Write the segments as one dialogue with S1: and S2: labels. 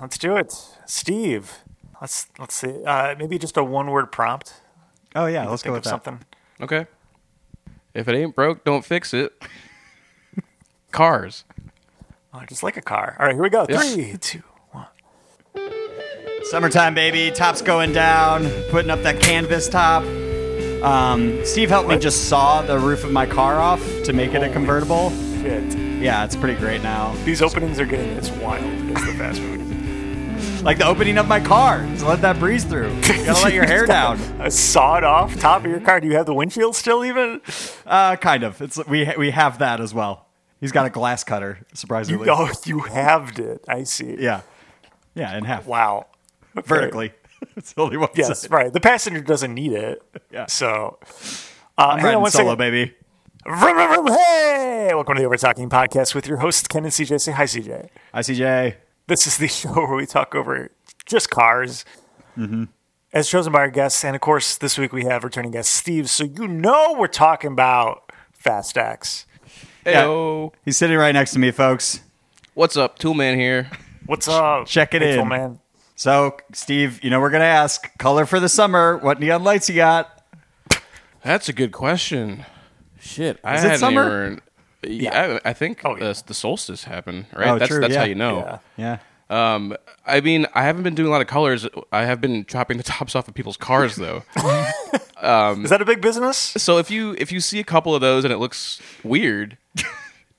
S1: let's do it, Steve. Let's let's see. Uh, maybe just a one-word prompt.
S2: Oh yeah, let's go
S1: Think
S2: with
S1: of
S2: that.
S1: something.
S3: Okay. If it ain't broke, don't fix it. Cars.
S1: Oh, just like a car. All right, here we go.
S3: Yes.
S1: Three, two, one.
S2: Summertime, baby. Top's going down. Putting up that canvas top. Um, Steve helped me just saw the roof of my car off to make it a convertible.
S1: Shit.
S2: Yeah, it's pretty great now.
S1: These openings are getting it's wild. It's the fast food.
S2: Like the opening of my car. Just let that breeze through. You gotta let your hair down.
S1: A sawed off top of your car. Do you have the windshield still even?
S2: Uh, kind of. It's we we have that as well. He's got a glass cutter. Surprisingly.
S1: Oh, you halved it. I see.
S2: Yeah. Yeah, in half.
S1: Wow. Okay.
S2: Vertically. it's the only one.
S1: Yes,
S2: side.
S1: right. The passenger doesn't need it.
S2: Yeah.
S1: So, uh, hang
S2: I'm
S1: on
S2: riding
S1: one
S2: solo,
S1: second.
S2: baby.
S1: Vroom, vroom, vroom. Hey, welcome to the Over Talking Podcast with your hosts Ken and CJ. Say hi, CJ.
S2: ICJ.
S1: This is the show where we talk over just cars,
S2: Mm-hmm.
S1: as chosen by our guests, and of course, this week we have returning guest Steve. So you know we're talking about Fast X.
S3: Heyo.
S2: He's sitting right next to me, folks.
S3: What's up? Toolman here.
S1: What's up?
S2: Check it
S1: Mitchell,
S2: in.
S1: man.
S2: So, Steve, you know we're gonna ask color for the summer. What neon lights you got?
S3: That's a good question. Shit. I
S2: Is it
S3: hadn't
S2: summer?
S3: even- Yeah, I, I think
S1: Oh, yeah.
S3: the, the solstice happened, right?
S2: Oh,
S3: that's
S2: true,
S3: that's
S2: yeah.
S3: how you know.
S1: Yeah.
S2: Yeah,
S3: Um, I mean, I haven't been doing a lot of colors. I have been chopping the tops off of people's cars, though. um,
S1: Is that a big business?
S3: so if you if you see a couple of those and it looks weird,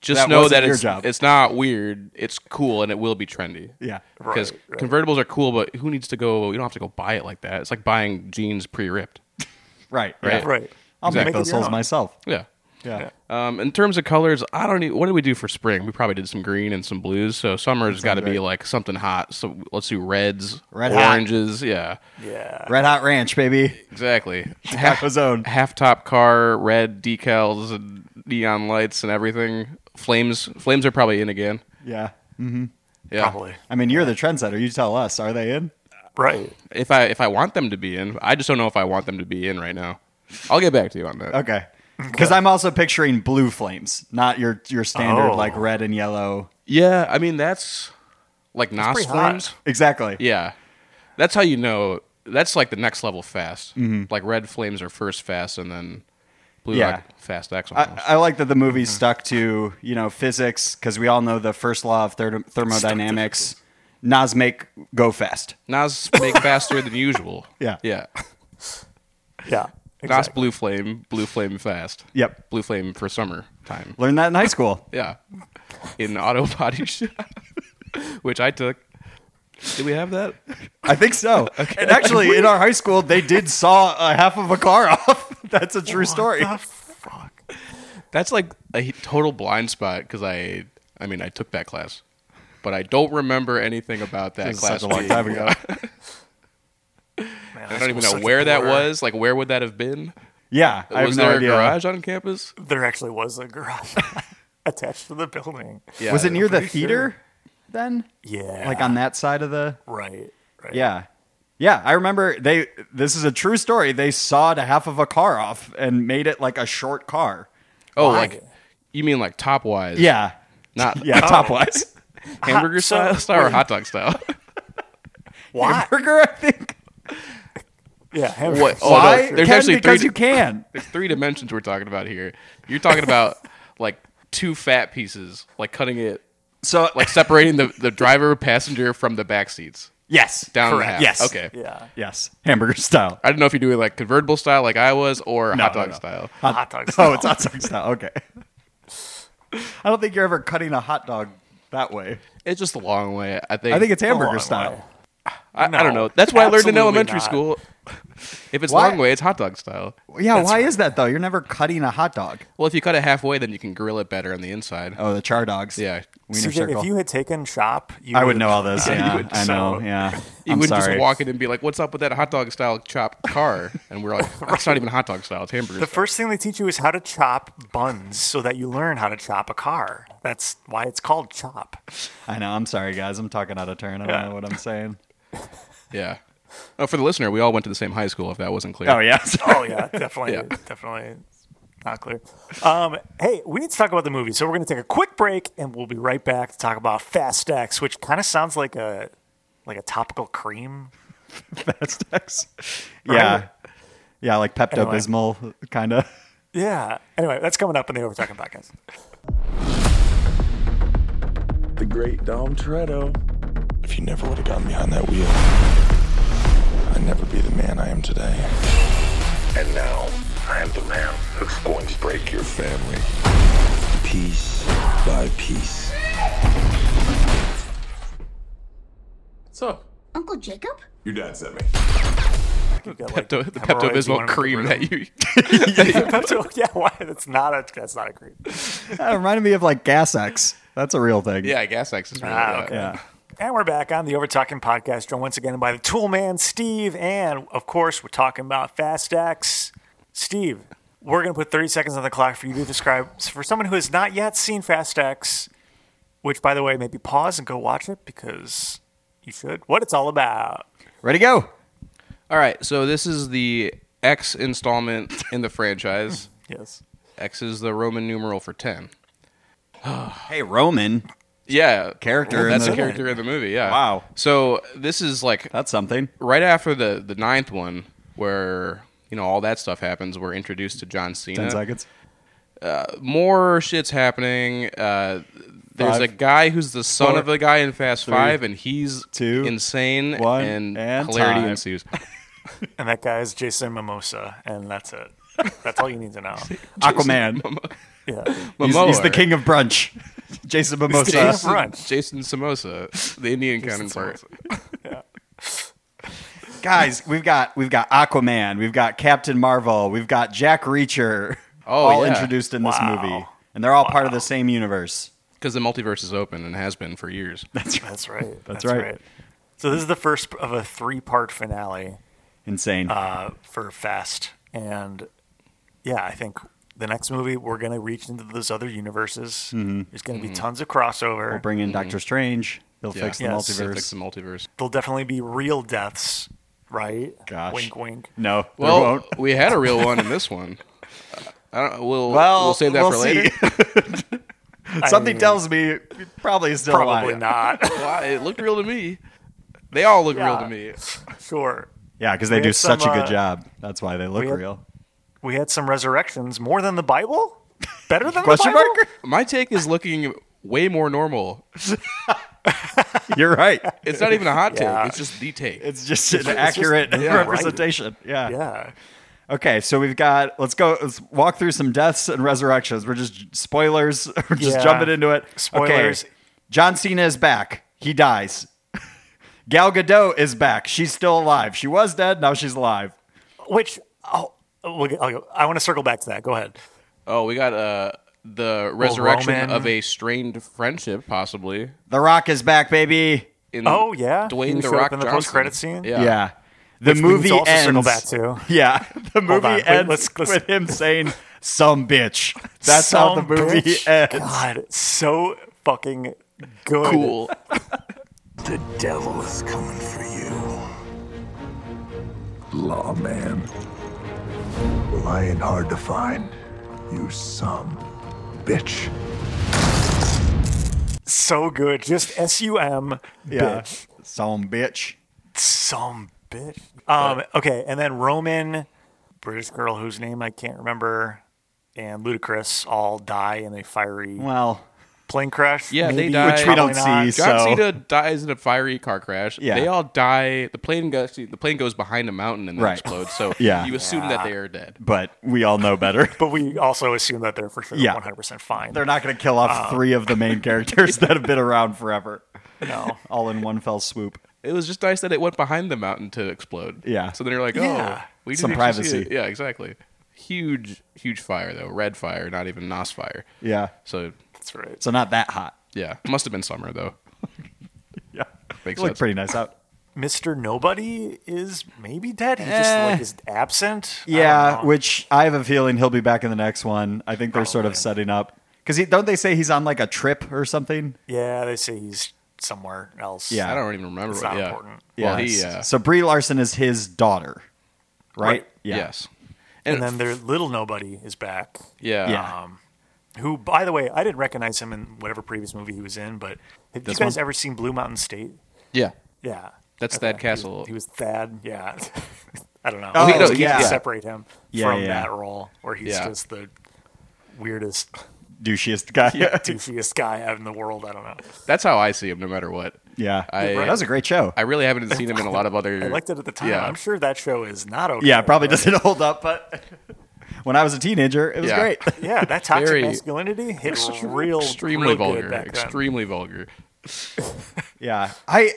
S3: just
S2: That
S3: know
S2: wasn't
S3: that
S2: your
S3: it's
S2: job.
S3: it's not weird. It's cool and it will be trendy.
S2: yeah.
S3: because
S1: Right, right.
S3: convertibles are cool, but who needs to go? You don't have to go buy it like that. It's like buying jeans pre-ripped.
S2: Right,
S3: Right.
S2: yeah.
S1: Right.
S2: I'll
S1: Exactly.
S2: make those holes myself.
S3: Yeah.
S2: Yeah.
S3: Um, in terms of colors, I don't. Even, what did we do for spring? We probably did some green and some blues. So summer's got to be
S2: right.
S3: like something hot. So let's do reds,
S2: Red hot.
S3: oranges. Yeah,
S1: Yeah.
S2: Red Hot Ranch, baby.
S3: exactly.
S2: Taco Zone.
S3: half top car, red decals, and neon lights, and everything. Flames. Flames are probably in again.
S2: Yeah.
S3: Yeah.
S1: Probably.
S2: I mean, you're the trendsetter. You tell us. Are they in?
S1: Right.
S3: If I if I want them to be in, I just don't know if I want them to be in right now. I'll get back to you on that.
S2: Okay. Because I'm also picturing blue flames, not your your standard
S1: Oh.
S2: like red and yellow.
S3: Yeah, I mean that's like Nos
S1: pretty hot.
S3: flames.
S2: Exactly.
S3: Yeah, that's how you know. That's like the next level fast. Like red flames are first fast, and then blue
S2: Mm-hmm. Yeah.
S3: like fast X.
S2: I,
S3: almost.
S2: I like that the movie stuck to you know physics because we all know the first law of thermo- thermodynamics. Nas make go fast.
S3: Nas make faster than usual.
S2: Yeah.
S3: yeah.
S1: Yeah.
S3: Nas
S1: Exactly.
S3: blue flame, blue flame fast.
S2: Yep.
S3: blue flame for summer time.
S2: Learned that in high school.
S3: Yeah, in auto body shop, which I took. Do we have that?
S2: I think so. And actually, in our high school, they did saw a half of a car off. That's a true story.
S1: What the fuck?
S3: That's like a total blind spot because I, I mean, I took that class, but I don't remember anything about that
S2: This is
S3: class.
S2: such a long time ago.
S1: Man,
S3: I
S1: high
S3: don't even
S1: school's
S3: know
S1: such a
S3: where that
S1: blur.
S3: was. Like, where would that have been?
S2: Yeah, I have
S3: was
S2: no
S3: there a
S2: idea.
S3: garage on campus?
S1: There actually was a garage attached to the building.
S3: Yeah,
S2: was it near the
S1: pretty
S2: theater
S1: sure.
S2: then?
S1: Yeah.
S2: Like on that side of the
S1: Right. Right.
S2: Yeah. Yeah, I remember they this is a true story. They sawed a half of a car off and made it like a short car.
S3: Oh,
S1: Why?
S3: like you mean like top wise?
S2: Yeah.
S3: not
S1: Oh.
S2: Yeah, top wise.
S3: hamburger
S1: so-
S3: style, style or hot dog style.
S1: Why?
S2: Burger, I think.
S1: Yeah. hamburger.
S3: what? Oh, no,
S2: Why?
S3: there's
S2: Ken,
S3: actually
S2: because
S3: three.
S2: you can.
S3: There's three dimensions we're talking about here. You're talking about like two fat pieces, like cutting it,
S2: So
S3: like separating the the driver passenger from the back seats
S2: yes.
S3: down the
S1: Correct.
S3: half.
S2: Yes.
S3: Okay.
S1: Yeah.
S2: Yes. Hamburger style.
S3: I don't know if you're doing like convertible style, like I was, or hot
S2: no,
S3: dog
S2: no.
S3: style.
S1: Hot dog
S2: Oh,
S1: style.
S2: it's hot dog style. Okay. I don't think you're ever cutting a hot dog that way.
S3: It's just a long way. I think.
S2: I think it's
S1: long
S2: hamburger
S1: way.
S2: style.
S3: I, I don't
S1: no,
S3: know. That's what I learned in
S1: absolutely
S3: elementary
S1: not.
S3: school. If it's
S2: Why-
S3: long way, it's hot dog style.
S2: Yeah, why is that though? You're never cutting a hot dog.
S3: Well, if you cut it halfway, then you can grill it better on the inside.
S2: Oh, the char dogs.
S3: Yeah.
S2: Wiener
S1: CJ,
S2: circle.
S1: if you had taken shop, you
S2: I would
S1: would've-
S2: know all this.
S1: Yeah, you
S2: Yeah,
S1: would,
S2: I know.
S1: so-
S2: Yeah.
S3: You
S2: I'm
S3: wouldn't
S2: sorry.
S3: just walk in and be like, "What's up with that hot dog style chopped car?" And we're like, "It's not even hot dog style; it's hamburger."
S1: The
S3: style."
S1: first thing they teach you is how to chop buns so that you learn how to chop a car. That's why it's called chop.
S2: I know. I'm sorry, guys. I'm talking out of turn. I don't know what I'm saying.
S3: yeah. Oh, for the listener, we all went to the same high school. If that wasn't clear.
S2: Oh yeah.
S1: Oh yeah, definitely,
S3: Yeah.
S1: definitely not clear. Um, hey, we need to talk about the movie, so we're going to take a quick break, and we'll be right back to talk about Fast X, which kind of sounds like a like a topical cream.
S2: Fast X. Yeah. Yeah, like Pepto
S1: Anyway.
S2: Bismol, kind of.
S1: Yeah. Anyway, that's coming up in the Over Talking podcast.
S4: the great Dom Toretto. If you never would have gotten behind that wheel, I'd never be the man I am today. And now, I am the man who's going to break your family. Piece by piece.
S5: Uncle Jacob?
S4: Your dad sent me.
S1: We've got, like,
S3: Pepto, the Pepto
S1: hemorrhoids, you
S3: Bismol
S1: want to
S3: cream
S1: rid
S3: that you.
S1: of- Pepto- yeah, why? That's not a that's not a cream.
S2: That reminded me of like Gas X. That's a real thing.
S3: yeah, gas X is really
S1: Ah,
S3: bad.
S1: okay.
S2: Yeah.
S1: And we're back on the Over Talking podcast, joined once again by the Tool Man Steve, and of course we're talking about Fast X. Steve, we're going to put thirty seconds on the clock for you to describe for someone who has not yet seen Fast X, which by the way, maybe pause and go watch it because you should. What it's all about.
S2: Ready, go.
S3: All right, so this is the X installment in the franchise.
S1: Yes.
S3: X is the Roman numeral for 10.
S2: Hey, Roman.
S3: Yeah.
S2: Character in
S3: That's
S2: the-
S3: a character in the movie, yeah.
S2: Wow.
S3: So this is like
S2: That's something.
S3: right after the, the ninth one, where, you know, all that stuff happens, we're introduced to John Cena.
S2: 10 seconds.
S3: More shit's happening. Uh, there's
S2: Five,
S3: a guy who's the son
S2: four,
S3: of a guy in Fast Five, and he's
S2: two,
S3: insane,
S2: one,
S3: and,
S2: and
S3: hilarity
S2: time.
S3: ensues.
S1: And that guy is Jason Mimosa, and that's it. That's all you need to know.
S2: Aquaman.
S1: Yeah.
S2: He's,
S3: Momoa.
S2: he's the king of brunch. Jason Mimosa.
S1: Jason-
S3: Jason,
S1: brunch.
S3: Jason Samosa, the Indian counterpart.
S2: Guys, we've got we've got Aquaman, we've got Captain Marvel, we've got Jack Reacher.
S3: Oh,
S2: all
S3: yeah.
S2: introduced in this
S1: Wow.
S2: movie, and they're all part of the same universe.
S3: Because the multiverse is open and has been for years.
S1: That's right.
S2: That's right.
S1: So this is the first of a three-part finale
S2: Insane.
S1: uh, for Fast, and yeah, I think the next movie we're going to reach into those other universes. There's going to be tons of crossover.
S2: Mm-hmm. Bring in Doctor Strange. He'll fix the
S3: mm. Yeah.
S1: Yes.
S2: multiverse.
S3: Fix the multiverse.
S1: There'll definitely be real deaths, right?
S2: Gosh.
S1: Wink, wink.
S2: no, there
S3: Well,
S2: won't.
S3: we had a real one in this one. I don't, we'll,
S2: Well,
S3: we'll save that
S2: we'll
S3: for later.
S2: see. Something tells me it probably is still
S1: Probably
S2: alive.
S1: not.
S3: Wow, it looked real to me. They all look real
S1: Yeah.
S3: to me.
S1: sure.
S2: Yeah, because they do
S1: had some,
S2: such a good
S1: uh,
S2: job. That's why they look
S1: we had-
S2: real.
S1: We had some resurrections more than the Bible. Better than
S2: Question
S1: the Bible?
S2: mark?
S3: My take is looking way more normal.
S2: You're right.
S3: It's not even a hot
S1: Yeah.
S3: take. It's just the take.
S2: It's just an accurate
S1: yeah, right.
S2: representation. Yeah.
S1: Yeah.
S2: Okay, so we've got. Let's go. Let's walk through some deaths and resurrections. We're just spoilers. We're just
S1: Yeah.
S2: jumping into it.
S1: Spoilers.
S2: Okay. John Cena is back. He dies. Gal Gadot is back. She's still alive. She was dead. Now she's alive.
S1: Which oh, we'll get, I'll go, I want to circle back to that. Go ahead.
S3: oh, we got uh, the resurrection
S1: Roman.
S3: of a strained friendship, possibly.
S2: The Rock is back, baby.
S3: In
S1: Oh, yeah. He
S3: Dwayne the
S1: showed up
S3: Rock
S1: in the
S3: Johnson.
S1: post-credit scene?
S3: Yeah.
S2: Yeah. The
S1: Which we need
S2: movie
S1: to also circle
S2: ends.
S1: back to.
S2: Yeah, the movie
S1: on. Wait,
S2: ends
S1: let's- let's-
S2: with him saying "some bitch." That's how the
S1: Some
S2: movie
S1: bitch.
S2: ends.
S1: God, so fucking good.
S3: Cool.
S4: The devil is coming for you. Lawman. Lion hard to find. You some bitch.
S1: So good. Just S U M.
S2: Yeah, some bitch.
S1: Some bitch. Um, okay, and then Roman, British girl whose name I can't remember, and Ludacris all die in a fiery
S2: Well,
S1: plane crash.
S3: Yeah, they
S1: maybe?
S3: die. Which
S2: we don't
S1: Probably
S2: see.
S1: not.
S3: John
S2: so
S3: Cena dies in a fiery car crash.
S2: Yeah.
S3: They all die. The plane goes. The plane goes behind a mountain and then
S2: Right.
S3: explodes. So
S2: Yeah.
S3: you assume that they are dead.
S2: but we all know better.
S1: But we also assume that they're for sure
S2: Yeah.
S1: 100% fine.
S2: They're not going to kill off three of the main characters that have been around forever,
S1: no.
S2: all in one fell swoop.
S3: It was just nice that it went behind the mountain to explode.
S2: Yeah.
S3: So then you're like, oh,
S1: Yeah.
S3: we didn't
S2: Some
S3: actually see
S2: privacy.
S3: it. Yeah, exactly. Huge, huge fire though. Red fire, not even Nos fire.
S2: Yeah,
S3: So
S1: That's right.
S2: so not that hot.
S3: yeah, must have been summer though.
S2: Yeah,
S3: Makes
S2: looked
S3: sense.
S2: pretty nice out.
S1: Mr. Nobody is maybe dead. He just
S2: Eh.
S1: like is absent. I don't
S2: Yeah,
S1: know.
S2: which I have a feeling he'll be back in the next one. I think they're sort of setting up because don't they say he's on like a trip or something?
S1: yeah, they say he's somewhere else.
S2: Yeah.
S3: I don't even remember.
S1: It's
S3: what,
S1: not
S3: yeah.
S1: important.
S3: Well,
S2: Yeah.
S3: he. Uh,
S2: so Brie Larson is his daughter, right?
S1: Right.
S2: Yeah.
S3: Yes.
S1: And then their little nobody is back.
S3: yeah.
S2: Yeah.
S1: Um, who, by the way, I didn't recognize him in whatever previous movie he was in, but have you guys
S2: one?
S1: ever seen Blue Mountain State?
S3: Yeah.
S1: Yeah.
S3: That's Thad Castle.
S1: He, was Thad. Yeah. I don't know.
S2: Oh,
S1: I just
S2: yeah.
S1: can't separate him
S2: Yeah,
S1: from
S2: yeah.
S1: that role where he's
S3: Yeah.
S1: just the weirdest,
S2: douchiest guy. Yeah,
S1: doofiest guy out in the world. I don't know.
S3: That's how I see him, no matter what. I-
S2: that was a great show.
S3: I really haven't seen him in a lot of other.
S1: I liked it at the time.
S3: Yeah.
S1: I'm sure that show is not okay.
S2: yeah, it probably
S1: but-
S2: doesn't hold up, but when I was a teenager, it was
S3: Yeah.
S2: great.
S1: Yeah, that toxic
S3: Very-
S1: masculinity hit real,
S3: extremely
S1: real good
S3: vulgar.
S1: back then.
S3: Extremely vulgar.
S2: Yeah. I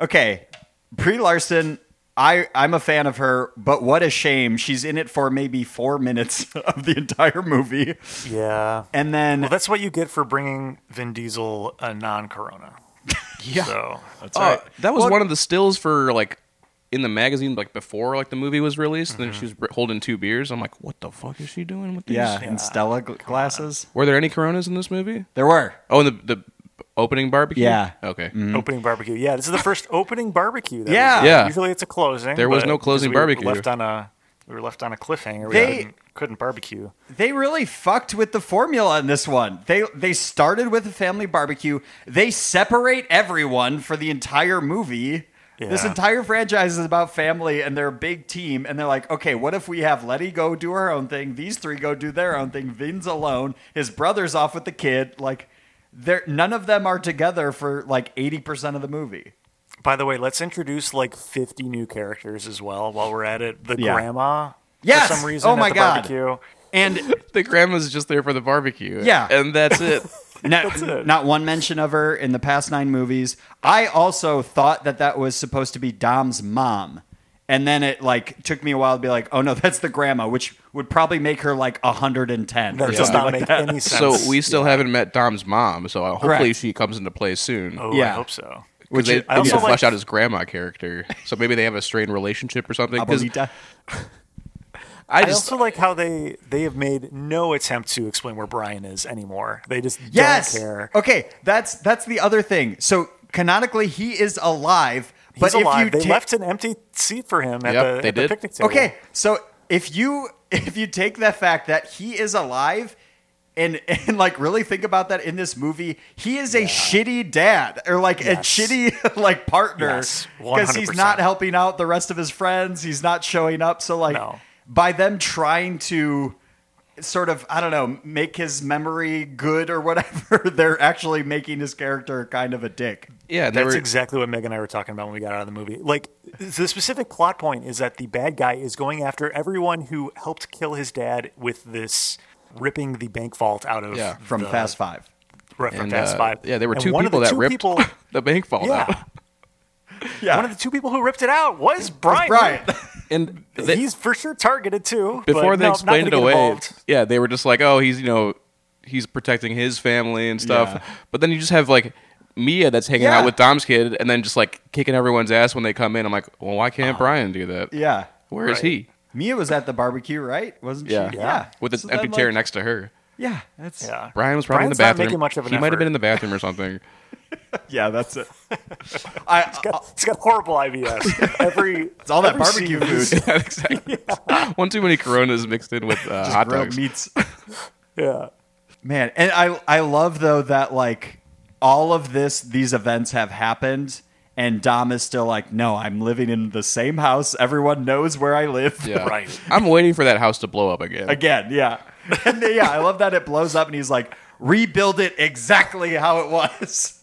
S2: okay. Brie Larson, I I'm a fan of her, but what a shame she's in it for maybe four minutes of the entire movie,
S1: Yeah.
S2: and then
S1: Well, that's what you get for bringing Vin Diesel a non-Corona.
S3: Yeah.
S1: So
S2: That's right.
S3: Uh, that was
S2: Well-
S3: one of the stills for like in the magazine, like before like the movie was released. And
S1: Mm-hmm.
S3: then she was br- holding two beers. I'm like, what the fuck is she doing with these?
S2: yeah, and Stella gl- glasses.
S3: Were there any Coronas in this movie?
S2: There were.
S3: Oh, and the the opening barbecue.
S2: Yeah.
S3: Okay.
S1: opening barbecue. Yeah, this is the first opening barbecue. That
S2: Mm-hmm.
S1: we
S2: Yeah.
S1: did.
S3: Yeah.
S1: Usually it's a closing.
S3: There was
S1: but
S3: no
S1: because
S3: closing
S1: we were
S3: barbecue.
S1: Left on a we were left on a cliffhanger. We
S2: They-
S1: couldn't, couldn't barbecue.
S2: They really fucked with the formula in this one. They they started with a family barbecue. They separate everyone for the entire movie. This
S1: Yeah.
S2: entire franchise is about family and they're a big team and they're like, okay, what if we have Letty go do her own thing, these three go do their own thing, Vin's alone, his brother's off with the kid, like they're none of them are together for like eighty percent of the movie.
S1: By the way, let's introduce like 50 new characters as well while we're at it. The
S2: Yeah.
S1: grandma.
S2: Yes!
S1: For some reason
S2: Oh
S1: at
S2: my
S1: the
S2: God.
S1: barbecue.
S2: And
S3: The grandma's just there for the barbecue.
S2: Yeah.
S3: And that's it.
S2: Not,
S1: it.
S2: not one mention of her in the past nine movies. I also thought that that was supposed to be Dom's mom. And then it like took me a while to be like, oh no, that's the grandma, which would probably make her like 110.
S1: That
S2: or
S1: does
S2: something
S1: not
S2: like
S1: make
S2: that.
S1: any
S3: so
S1: sense.
S3: we still haven't met Dom's mom. So uh, hopefully
S2: Correct.
S3: she comes into play soon.
S1: Oh, I
S2: yeah.
S1: hope so.
S3: Which they,
S2: is-
S3: they
S1: I
S3: need to
S1: also
S3: flesh
S1: like-
S3: out his grandma character. So maybe they have a strained relationship or something. 'cause
S2: Abuelita.
S3: I
S1: I
S3: just
S1: also like how they they have made no attempt to explain where Brian is anymore. They just
S2: Yes. Oh,
S1: don't care.
S2: Okay, that's that's the other thing. So canonically, he is alive.
S1: He's
S2: but
S1: alive.
S2: if you
S1: they
S2: ta-
S1: left an empty seat for him at,
S3: Yep,
S1: the,
S3: they
S1: at the
S3: did.
S1: picnic table.
S2: Okay, so if you if you take the fact that he is alive and and like really think about that in this movie, he is a shitty dad or like a
S1: Yes.
S2: shitty like partner
S1: Yes,
S2: he's
S1: 100%.
S2: not helping out the rest of his friends. He's not showing up. So like
S1: No.
S2: by them trying to sort of I don't know make his memory good or whatever, they're actually making his character kind of a dick.
S3: yeah. They
S1: That's
S3: were,
S1: exactly what Meg and I were talking about when we got out of the movie. Like the specific plot point is that the bad guy is going after everyone who helped kill his dad with this ripping the bank vault out of
S3: Yeah,
S2: From
S1: the,
S2: Fast Five,
S1: right, from
S3: and,
S1: Fast
S3: uh,
S1: Five.
S3: Yeah, there were
S1: And
S3: two
S1: one of
S3: people
S1: the
S3: that
S1: two
S3: ripped
S1: people-
S3: the bank vault out.
S1: yeah,
S2: yeah,
S1: one of the two people who ripped it out was Brian.
S2: right.
S3: And they-
S1: He's for sure targeted too. but
S3: before they
S1: no, I'm not
S3: explained it
S1: gonna get
S3: away,
S1: involved.
S3: yeah, they were just like, oh, he's you know, he's protecting his family and stuff.
S2: Yeah.
S3: But then you just have like Mia that's hanging
S2: Yeah.
S3: out with Dom's kid, and then just like kicking everyone's ass when they come in. I'm like, well, why can't Brian do that?
S2: yeah.
S3: where is
S1: Ah. Right.
S3: he?
S2: Mia was at the barbecue, right? Wasn't
S3: Yeah.
S2: she?
S1: Yeah.
S3: With an
S2: So
S3: empty
S2: then,
S3: chair
S2: like,
S3: next to her.
S2: Yeah, that's
S1: Yeah,
S3: Brian was probably
S1: Brian's
S3: in the
S1: not
S3: bathroom.
S1: making much of an
S3: he might
S1: effort.
S3: have been in the bathroom or something.
S2: yeah, that's it. I, uh,
S1: He's got horrible IBS. Every
S2: it's all that
S1: every
S2: barbecue
S1: scene is-
S2: food,
S3: Yeah, exactly. One too many Coronas mixed in with uh, hot
S2: grilled
S3: dogs.
S2: meats,
S1: Yeah.
S2: man. And I I love though that like all of this these events have happened. And Dom is still like, no, I'm living in the same house. Everyone knows where I live.
S3: Yeah.
S1: Right.
S3: I'm waiting for that house to blow up again.
S2: Again, yeah. And then, yeah, I love that it blows up and he's like, rebuild it exactly how it was.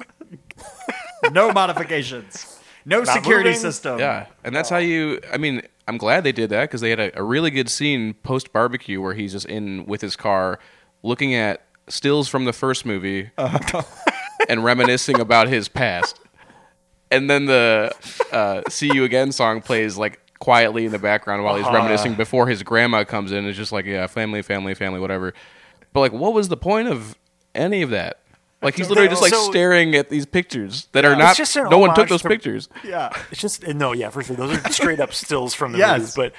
S2: no modifications. No security
S1: moving.
S2: system.
S1: Um,
S3: Yeah, and that's how you. I mean, I'm glad they did that because they had a, a really good scene post barbecue where he's just in with his car, looking at stills from the first movie,
S1: Uh-huh.
S3: and reminiscing about his past. And then the uh, "See You Again" song plays like quietly in the background while
S1: Uh-huh.
S3: he's reminiscing before his grandma comes in. It's just like yeah, family, family, family, whatever. But like, what was the point of any of that? Like he's literally just like
S1: So-
S3: staring at these pictures that are not.
S1: It's just an
S3: no one took
S1: homage
S3: those
S1: to-
S3: pictures.
S2: Yeah.
S1: It's just no, yeah, for sure. Those are straight up stills from the
S2: Yes.
S1: movies, but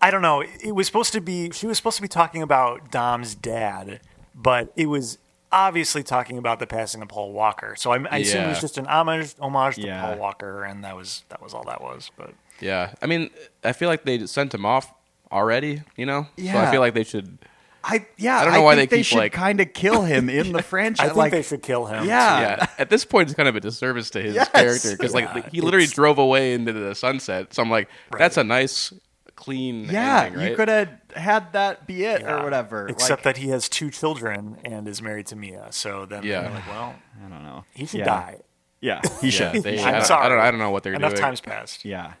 S1: I don't know. It was supposed to be she was supposed to be talking about Dom's dad, but it was obviously talking about the passing of Paul Walker. So I, I assume it
S3: Yeah.
S1: was just an homage homage to
S2: Yeah.
S1: Paul Walker, and that was that was all that was. But
S3: Yeah, I mean, I feel like they sent him off already. You know, so
S2: Yeah.
S3: I feel like they should
S2: I yeah.
S3: I don't know why
S2: think
S3: they
S2: they
S3: keep,
S2: should
S3: like-
S2: kind of kill him in the franchise.
S1: I think
S2: like,
S1: they should kill him.
S2: yeah.
S3: yeah. At this point, it's kind of a disservice to his
S2: Ah. Yes.
S3: character because like
S1: Yeah,
S3: he literally
S1: it's-
S3: drove away into the sunset. So I'm like, that's a nice, clean.
S2: Yeah,
S3: ending, right?
S2: you could have had that be it
S1: Yeah.
S2: or whatever.
S1: Except
S2: like,
S1: that he has two children and is married to Mia. So then
S3: Yeah.
S1: they're like, well,
S2: I don't know.
S1: he should
S2: Yeah.
S1: die.
S2: Yeah, he
S3: Yeah,
S2: should.
S3: they-
S1: I'm
S3: I, don't,
S1: sorry.
S3: I don't. I don't know what they're
S1: Enough
S3: doing.
S1: times passed.
S2: Yeah.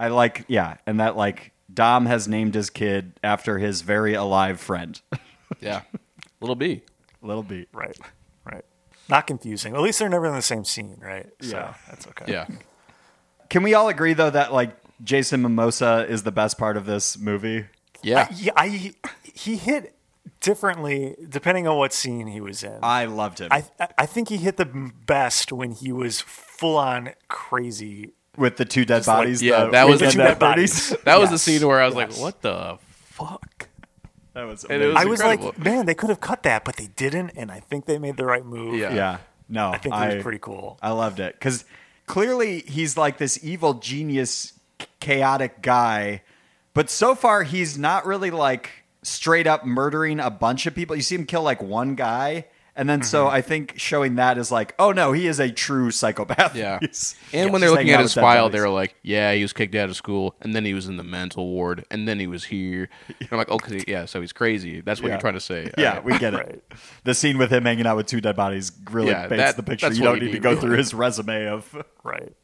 S2: I like yeah, and that like Dom has named his kid after his very alive friend.
S3: Yeah, little B.
S2: Little B.
S1: Right. Right. Not confusing. At least they're never in the same scene, right?
S2: Yeah.
S1: So that's okay.
S3: Yeah,
S2: Can we all agree though that like Jason Mimosa is the best part of this movie?
S3: yeah.
S1: Yeah, I he hit differently depending on what scene he was in.
S2: I loved him
S1: I I think he hit the best when he was full on crazy.
S2: with the two dead bodies.
S3: like- yeah,
S2: the
S3: that was
S2: weekend
S3: the two
S1: dead
S2: at Bernie's.
S1: bodies.
S3: that was the
S1: Yes.
S3: scene where I was
S1: Yes.
S3: like, "What the fuck?"
S2: that was
S3: And it
S2: amazing.
S3: was-
S1: I was like,
S3: incredible.
S1: man, they could have cut that, but they didn't, and I think they made the right move.
S3: Yeah.
S2: yeah. No,
S1: I think it was pretty cool.
S2: I loved it because clearly he's like this evil genius, chaotic guy, but so far he's not really like straight up murdering a bunch of people. You see him kill like one guy, and then so
S3: Mm-hmm.
S2: I think showing that is like, oh no, he is a true psychopath.
S3: Yeah.
S2: He's-
S3: And
S2: he's
S3: when they're looking
S2: hanging
S3: at
S2: out
S3: his
S2: with dead
S3: file,
S2: bodies.
S3: they're like, "Yeah, he was kicked out of school, and then he was in the mental ward, and then he was here." And I'm like, "Okay, yeah, so he's crazy." That's what
S2: Yeah.
S3: you're trying to say.
S2: yeah,
S3: Alright.
S2: we get it. The scene with him hanging out with two dead bodies really
S3: Yeah,
S2: paints
S3: that-
S2: the picture.
S3: that's
S2: You
S3: what
S2: don't need
S3: we
S2: to
S3: need,
S2: go
S3: really.
S2: through his resume of
S1: Right.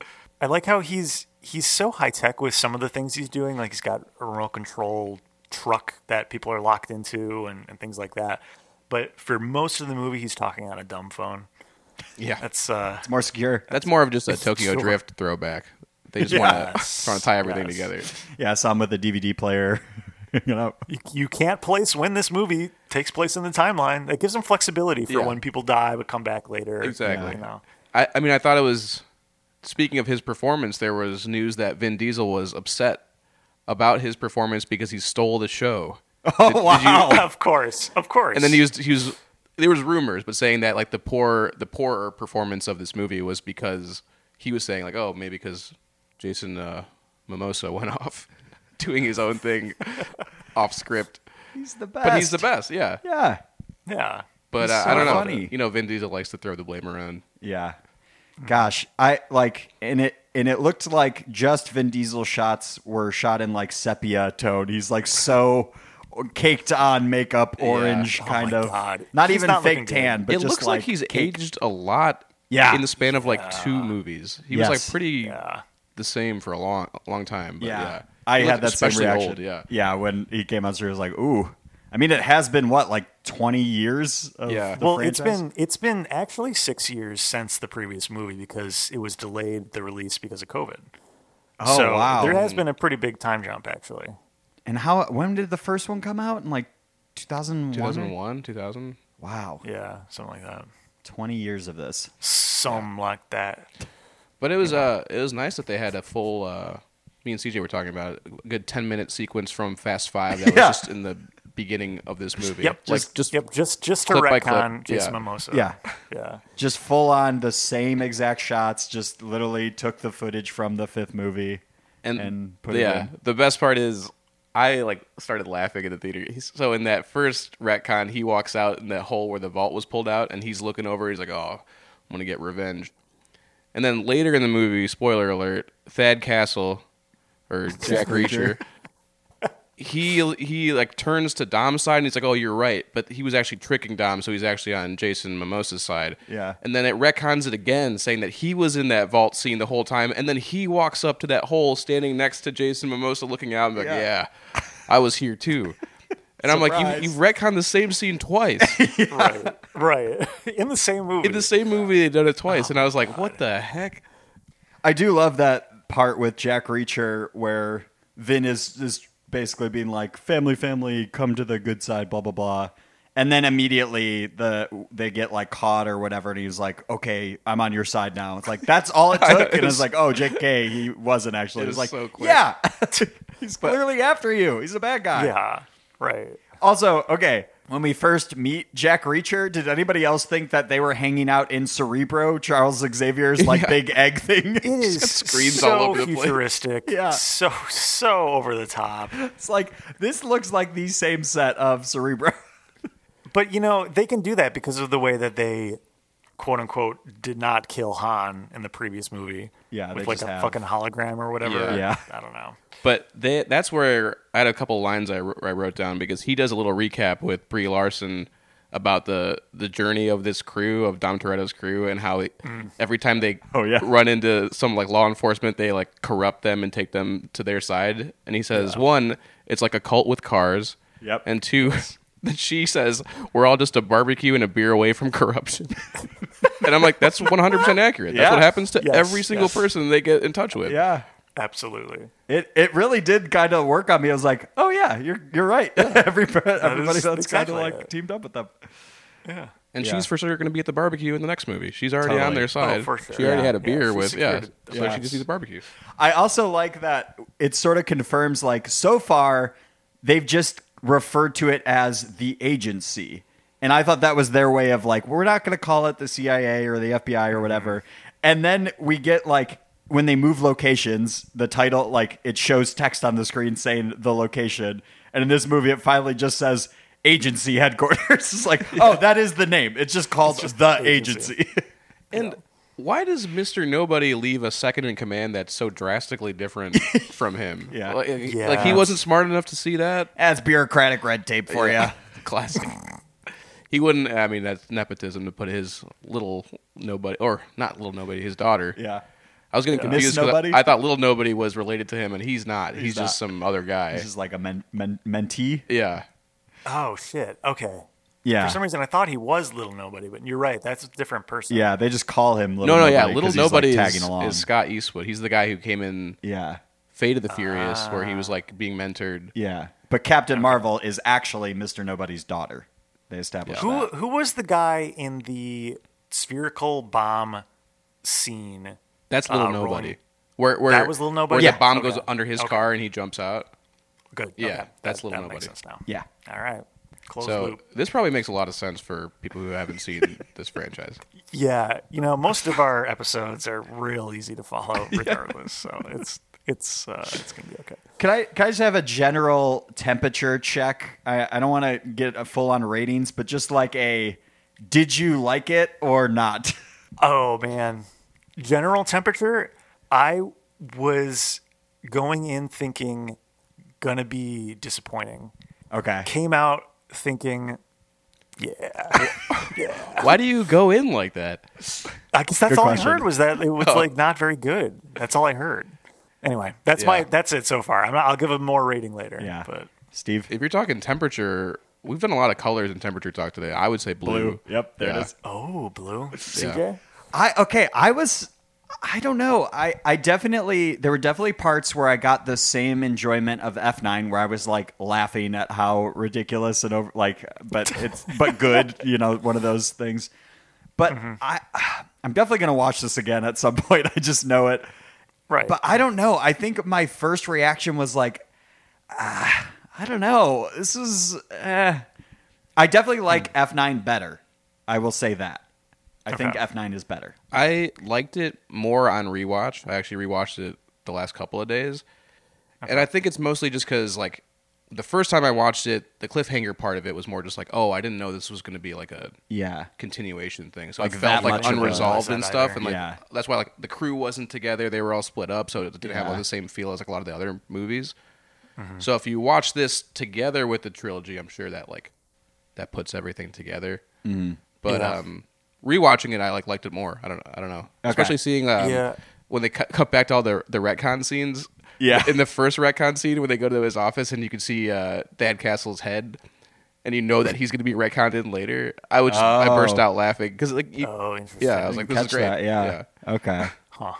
S1: I like how he's he's so high tech with some of the things he's doing. Like he's got a remote control truck that people are locked into and, and things like that. But for most of the movie, he's talking on a dumb phone.
S3: yeah. That's,
S1: That's uh,
S2: more secure.
S3: more of just a Tokyo
S1: sure.
S3: Drift throwback. They just
S1: Yes.
S3: want to tie everything
S1: Yes.
S3: together.
S2: Yeah, I saw him with the DVD player. you know,
S1: you, you can't place when this movie takes place in the timeline. It gives them flexibility for
S3: Yeah.
S1: when people die but come back later.
S3: Exactly.
S1: You know.
S3: I, I mean, I thought it was. Speaking of his performance, there was news that Vin Diesel was upset about his performance because he stole the show.
S2: Oh wow!
S1: of course, of course.
S3: and then he was he was there was rumors, but saying that like the poor the poorer performance of this movie was because he was saying like oh maybe because Jason uh, Mimosa went off doing his own thing off script,
S2: he's the best.
S3: but he's the best, yeah.
S2: Yeah,
S1: yeah.
S3: But
S2: He's
S3: uh,
S2: so
S3: I don't know,
S2: funny.
S3: you know, Vin Diesel likes to throw the blame around.
S2: yeah. Gosh, I like, and it and it looked like just Vin Diesel shots were shot in like sepia tone. He's like so caked on makeup, orange
S1: Oh
S2: kind
S1: my
S2: of,
S1: God.
S2: not
S1: He's
S2: even
S1: not looking
S2: fake
S1: good.
S2: tan, but
S3: it
S2: just
S3: looks like, he's
S2: caked.
S3: aged a lot,
S2: Yeah.
S3: in the span of like two movies. He was
S2: Yes.
S3: like pretty
S1: Yeah.
S3: the same for a long long time. But,
S2: Yeah.
S3: yeah.
S2: I
S3: He
S2: had
S3: looked
S2: that same
S3: especially
S2: reaction.
S3: Old, yeah,
S2: yeah. When he came on screen, I was like, "Ooh." I mean, it has been what, like twenty years? Of
S3: Yeah.
S2: the
S1: Well, it's
S2: franchise?
S1: been it's been actually six years since the previous movie because it was delayed the release because of COVID.
S2: Oh
S1: so
S2: wow!
S1: there has been a pretty big time jump actually.
S2: and how? When did the first one come out? In like 2001?
S3: two thousand one, two thousand.
S2: Wow.
S1: Yeah, something like that.
S2: 20 years of this.
S1: Some like that.
S3: But it was uh, it was nice that they had a full. Uh, me and CJ were talking about it, a good ten minute sequence from Fast Five that
S2: Yeah.
S3: was just in the beginning of this movie.
S1: Yep.
S3: like
S1: Just,
S3: just
S1: yep. Just just to
S3: clip by clip,
S1: retcon Jason
S3: yeah.
S1: Mimosa.
S2: Yeah.
S1: Yeah.
S2: Just full on the same exact shots, just literally took the footage from the fifth movie
S3: and,
S2: put
S3: yeah.
S2: it in.
S3: The best part is I like started laughing in the theater. He's, so in that first retcon, he walks out in that hole where the vault was pulled out, and he's looking over. He's like, "Oh, I'm gonna get revenge." And then later in the movie, spoiler alert: Thad Castle or Jack Reacher. He he like turns to Dom's side and he's like, "Oh, you're right," but he was actually tricking Dom, so he's actually on Jason Mimosa's side.
S2: Yeah.
S3: And then it retcons it again, saying that he was in that vault scene the whole time, and then he walks up to that hole, standing next to Jason Mimosa, looking out, and be like,
S2: Yeah.
S3: "Yeah, I was here too." And I'm like,
S2: Surprise.
S3: "You you retconned the same scene twice
S1: Right. right. In the same movie.
S3: in the same movie. They done it twice." and I was like, "What the heck?"
S2: I do love that part with Jack Reacher where Vin is is basically being like, "Family, family, come to the good side," blah blah blah, and then immediately the they get like caught or whatever, and he's like, "Okay, I'm on your side now." It's like that's all it took, and it's like, "Oh, JK, he wasn't actually."
S3: It
S2: It's
S3: was
S2: like,
S3: so quick.
S2: yeah, he's clearly after you. He's a bad guy.
S1: Yeah. Right.
S2: Also, okay, when we first meet Jack Reacher, did anybody else think that they were hanging out in Cerebro, Charles Xavier's like big egg thing?
S1: It is
S3: screens
S1: so
S3: all over the place.
S1: futuristic.
S2: Yeah.
S1: So so over the top.
S2: It's like this looks like the same set of Cerebro.
S1: But you know, they can do that because of the way that they quote unquote did not kill Han in the previous movie.
S2: Yeah,
S1: With
S2: they
S1: like
S2: just
S1: a
S2: have-
S1: fucking hologram or whatever.
S3: Yeah.
S2: Yeah.
S1: I don't know.
S3: But they, that's where I had a couple lines I, wr- I wrote down because he does a little recap with Brie Larson about the the journey of this crew of Dom Toretto's crew and how he, every time they
S2: Oh, yeah.
S3: run into some like law enforcement they like corrupt them and take them to their side and he says one it's like a cult with cars
S2: Yep.
S3: and two that she says we're all just a barbecue and a beer away from corruption and I'm like that's 100 percent accurate that's
S2: Yeah.
S3: what happens to
S1: Yes,
S3: every single
S1: yes.
S3: person they get in touch with
S2: Yeah.
S1: Absolutely.
S2: It it really did kind of work on me. I was like, oh yeah, you're you're right. everybody everybody that's
S1: exactly
S2: kind of like
S1: it.
S2: teamed up with them.
S3: And
S2: Yeah.
S3: she's for sure going to be at the barbecue in the next movie. She's already on
S2: Totally.
S3: their side.
S1: for sure.
S3: She already
S1: Yeah.
S3: had a
S1: Yeah,
S3: beer
S1: she
S3: with, yeah.
S1: secured it.
S3: So
S2: Yeah.
S3: she just needs a barbecue.
S2: I also like that it sort of confirms like so far they've just referred to it as the agency. And I thought that was their way of like we're not going to call it the CIA or the FBI or whatever. And then we get like when they move locations, the title like it shows text on the screen saying the location. And in this movie it finally just says agency headquarters. it's like, oh, that is the name. It's just called the
S1: agency.
S2: agency.
S3: And why does Mr. Nobody leave a second in command that's so drastically different from him?
S2: Yeah.
S3: Like, like,
S1: Yeah.
S3: he wasn't smart enough to see that.
S2: That's bureaucratic red tape for ya.
S3: Classic. He wouldn't, I mean, that's nepotism to put his little nobody, or not little nobody, his daughter.
S2: you. Yeah.
S3: I was getting
S2: Yeah.
S3: confused
S2: Miss
S3: 'cause
S2: Nobody?
S3: I, I thought little nobody was related to him, and he's not. He's,
S2: not.
S3: just some other guy.
S2: This is like a men, men, mentee.
S3: yeah.
S1: Oh shit. Okay.
S2: Yeah.
S1: For some reason, I thought he was Little Nobody, but you're right. That's a different person.
S2: yeah, they just call him Little
S3: No, no,
S2: Nobody
S3: yeah. Little
S2: 'cause he's, like,
S3: Nobody
S2: tagging
S3: is,
S2: along.
S3: is Scott Eastwood. He's the guy who came in
S2: yeah.
S3: Fate of the Furious, where he was like being mentored.
S2: Yeah. But Captain Marvel is actually Mr. Nobody's daughter. They established
S1: Who
S2: that.
S1: who was the guy in the spherical bomb scene?
S3: That's Little
S1: Uh,
S3: Nobody.
S1: Rowan.
S3: Where, where
S1: That was Little Nobody?
S3: Where the
S1: Yeah.
S3: bomb
S1: Okay.
S3: goes under his
S1: Okay.
S3: car and he jumps out.
S1: Good.
S3: Yeah,
S1: okay.
S3: that's
S1: That-
S3: Little
S1: that
S3: Nobody.
S1: Makes sense now.
S2: Yeah.
S1: All right. Close
S3: so
S1: loop.
S3: this probably makes a lot of sense for people who haven't seen this franchise.
S1: Yeah, you know, most of our episodes are real easy to follow, regardless. So it's it's uh, it's gonna be okay.
S2: Can I, can I just have a general temperature check? I, I don't want to get a full on ratings, but just like a did you like it or not?
S1: Oh man, general temperature. I was going in thinking gonna be disappointing.
S2: okay.
S1: Came out thinking,
S3: Why do you go in like that?
S1: I guess that's
S2: Good
S1: all
S2: question.
S1: I heard was that it was
S3: Oh.
S1: like not very good. That's all I heard. Anyway, that's my
S3: Yeah.
S1: that's it so far. I'm not, I'll give a more rating later.
S2: Yeah.
S1: but
S2: Steve?
S3: If you're talking temperature, we've done a lot of colors and temperature talk today. I would say blue.
S2: Yep, there
S3: Yeah.
S2: it is.
S1: oh, blue CJ.
S2: I okay, I was I don't know. I I definitely there were definitely parts where I got the same enjoyment of F9 where I was like laughing at how ridiculous and over like but it's but good, you know, one of those things. But I I'm definitely going to watch this again at some point. I just know it.
S1: Right.
S2: But I don't know. I think my first reaction was like, ah, I don't know. This is. Eh. I definitely like F9 better. I will say that. I think
S1: Okay.
S2: F9 is better.
S3: I liked it more on rewatch. I actually rewatched it the last couple of days. And I think it's mostly just because, like, the first time I watched it, the cliffhanger part of it was more just like, oh, I didn't know this was going to be like a
S2: Yeah.
S3: continuation thing. So I
S2: Like
S3: felt
S2: that
S3: like
S2: much of a-
S3: unresolved and
S1: Realize that
S3: stuff.
S1: either.
S3: And like,
S2: Yeah.
S3: that's why, like, the crew wasn't together. They were all split up. So it didn't have all
S2: Yeah. Mm-hmm.
S3: the same feel as like a lot of the other movies. So if you watch this together with the trilogy, I'm sure that, like, that puts everything together.
S2: Mm-hmm.
S3: But um, rewatching it, I like liked it more. I don't, I don't know. Especially seeing um,
S1: Yeah.
S3: when they cut, cut back to all the the retcon scenes.
S2: Yeah.
S3: In the first retcon scene, when they go to his office and you can see uh, Dad Castle's head, and you know that he's going to be retconned in later. I would, just, I
S2: Oh.
S3: burst out laughing because like, you,
S1: Oh, interesting.
S3: yeah, I was like, this is
S2: Catch
S3: great.
S2: that, yeah. Okay.
S1: Huh.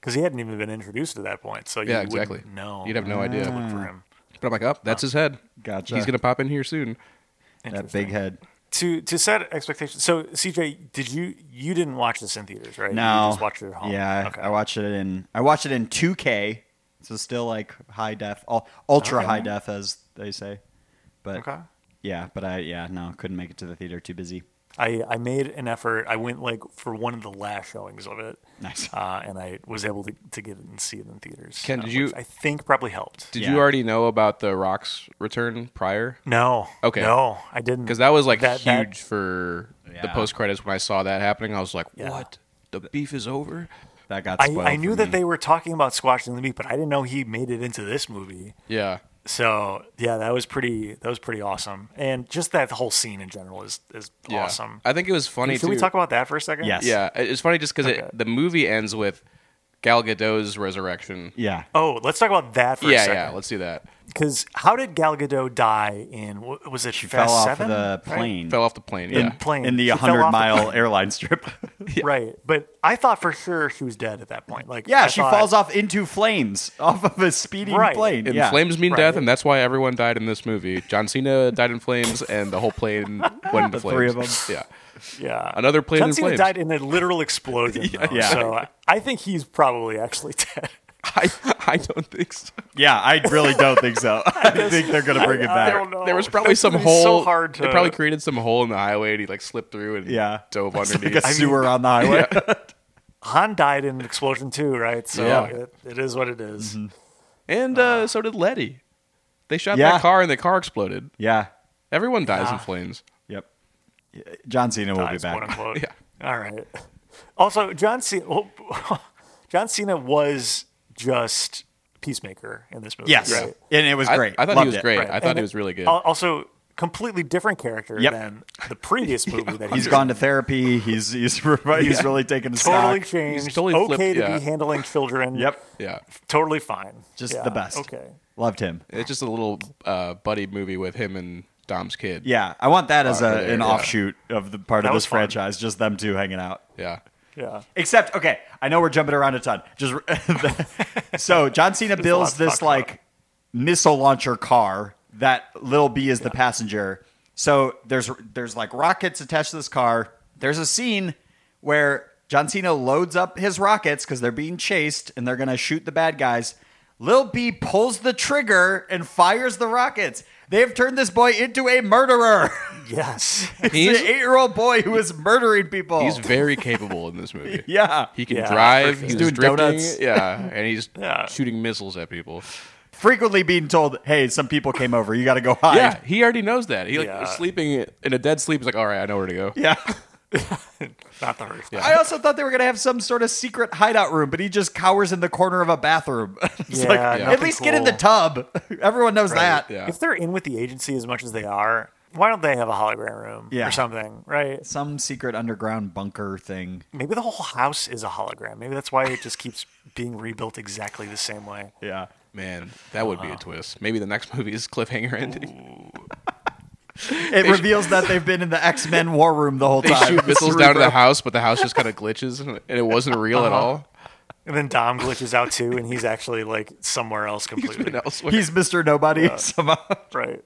S1: Because he hadn't even been introduced to that point, so you
S3: Yeah, exactly.
S1: No,
S3: You'd have
S2: Mm.
S3: no idea.
S1: look for him.
S3: But I'm like, oh, that's his head.
S2: Gotcha.
S3: He's going to pop in here soon.
S2: that big head.
S1: To to set expectations. So CJ, did you you didn't watch this in theaters, right?
S2: No.
S1: you just watched it at home.
S2: Yeah.
S1: Okay.
S2: I watched it in I watched it in 2K. So still like high def, ul- ultra
S1: Okay.
S2: high def as they say. But
S1: Okay.
S2: yeah, but I yeah, no, couldn't make it to the theater too busy.
S1: I, I made an effort. I went like for one of the last showings of it.
S2: Nice.
S1: Uh, and I was able to, to get it and see it in theaters.
S3: Ken,
S1: uh,
S3: did you-
S1: which I think probably helped.
S3: Did
S2: Yeah.
S3: you already know about the Rock's return prior?
S1: no.
S3: Okay.
S1: No, I didn't.
S3: Because that was like
S1: That- that-
S3: huge for the
S2: Yeah.
S3: post credits when I saw that happening. I was like, what? The beef is over?
S2: That got
S1: I,
S2: spoiled.
S1: I knew
S2: for
S1: that
S2: me.
S1: they were talking about squashing the meat, but I didn't know he made it into this movie.
S3: Yeah.
S1: So yeah, that was pretty. That was pretty awesome, and just that whole scene in general is is
S3: Yeah.
S1: awesome.
S3: I think it was funny
S1: Should
S3: too.
S1: we talk about that for a second?
S2: Yes.
S3: Yeah, it- it's funny just because
S1: Okay.
S3: the movie ends with Gal Gadot's resurrection.
S2: Yeah.
S1: Oh, let's talk about that for a
S3: yeah, yeah.
S1: second.
S3: Let's do that.
S1: Because how did Gal Gadot die in? What, was it
S2: She
S1: Fast
S2: fell off
S1: Seven?
S2: the
S1: Right?
S2: plane.
S3: Fell off the plane.
S1: In
S3: Yeah,
S1: plane
S2: In the
S1: She fell off
S2: 100 mile
S1: plane.
S2: airline strip.
S1: Right, but I thought for sure she was dead at that point. Like
S2: yeah,
S1: I
S2: she
S1: thought-
S2: falls off into flames off of a speeding
S1: Right.
S2: plane.
S3: and
S2: yeah.
S3: flames mean
S1: Right.
S3: death, and that's why everyone died in this movie. John Cena died in flames, and the whole plane went into
S2: The
S3: flames.
S2: three of
S3: Yeah,
S1: Yeah,
S3: Another plane
S1: John
S3: in
S1: Cena
S3: flames.
S1: died in a literal explosion. though,
S2: yeah.
S1: so I- I think he's probably actually dead.
S3: I, I don't think so.
S2: Yeah, I really don't think so. I think they're going to bring it
S1: I
S2: back.
S1: don't know.
S3: There was probably some
S1: It's so
S3: hole.
S1: hard to-
S3: They probably created some hole in the highway, and he like slipped through and
S2: Yeah.
S3: dove
S2: It's like
S3: underneath.
S2: a sewer on the highway.
S1: Han died in an explosion too, right? So
S3: Yeah.
S1: it, it is what it is.
S3: and uh, so did Letty. They shot
S2: Yeah.
S3: that car, and the car exploded.
S2: yeah.
S3: Everyone dies in
S1: Yeah.
S3: flames.
S2: Yep. John Cena will be
S1: Dies, quote
S2: back.
S1: unquote.
S3: Yeah.
S1: All right. Also, John Cena. well, John Cena was just peacemaker in this movie.
S2: Yes.
S1: right?
S2: And it was
S3: I-
S2: great.
S3: I, thought
S2: Loved
S3: he was
S2: it.
S3: great.
S1: Right.
S3: I thought
S1: And
S3: he was really good.
S1: al- Also, completely different character
S2: Yep.
S1: than the previous movie that he
S2: He's
S1: did.
S2: gone to therapy. He's he's, re- he's really taken a
S1: Totally
S2: stock.
S1: changed.
S3: He's totally
S1: okay
S3: flipped,
S1: to
S3: yeah.
S1: be handling children.
S2: Yep.
S3: yeah,
S1: Totally fine.
S2: Just
S1: Yeah,
S2: the best.
S1: Okay.
S2: Loved him.
S3: it's just a little uh, buddy movie with him and Dom's kid.
S2: Yeah, I want that as a,
S3: there,
S2: an
S3: Uh, yeah.
S2: offshoot of the part
S1: That
S2: of
S1: was
S2: this
S1: fun.
S2: franchise, just them two hanging out.
S3: yeah.
S1: Yeah.
S2: Except, okay, I know we're jumping around a ton. Just so John Cena
S1: lot
S2: builds
S1: to
S2: this
S1: talk about.
S2: like missile launcher car that Lil B is the passenger. So there's there's like rockets attached to this car. There's a scene where John Cena loads up his rockets because they're being chased and they're gonna shoot the bad guys. Lil B pulls the trigger and fires the rockets. They have turned this boy into a murderer.
S1: Yes.
S3: He's-
S2: He's an eight-year-old boy who is murdering people.
S3: He's very capable in this movie.
S2: Oh. yeah.
S3: He can
S1: Yeah, for
S3: drive.
S1: sure.
S3: He's
S2: He's doing
S3: drifting.
S2: donuts.
S3: Yeah, and he's
S1: Yeah.
S3: shooting missiles at people.
S2: frequently being told, "Hey, some people came over. You got to go hide."
S3: Yeah, he already knows that. He like
S1: Yeah.
S3: is sleeping in a dead sleep. He's like, all right, I know where to go.
S2: Yeah.
S1: Not the first.
S2: I also thought they were going to have some sort of secret hideout room, but he just cowers in the corner of a bathroom. It's
S1: Yeah,
S2: like,
S1: Yeah.
S2: at least get in the tub. Everyone knows that.
S3: Yeah.
S1: If they're in with the agency as much as they are, why don't they have a hologram room
S2: Yeah.
S1: or something, right?
S2: Some secret underground bunker thing.
S1: Maybe the whole house is a hologram. Maybe that's why it just keeps being rebuilt exactly the same way.
S2: Yeah.
S3: Man, that would be a twist. Maybe the next movie is cliffhanger ending.
S2: It reveals that they've been in the X Men war room the whole
S3: They
S2: time.
S3: shoot missiles down to the house, but the house just kind of glitches, and it wasn't real at all.
S1: And then Dom glitches out too, and he's actually like somewhere else completely.
S3: Been elsewhere.
S2: He's Mr. Nobody somehow.
S1: Right.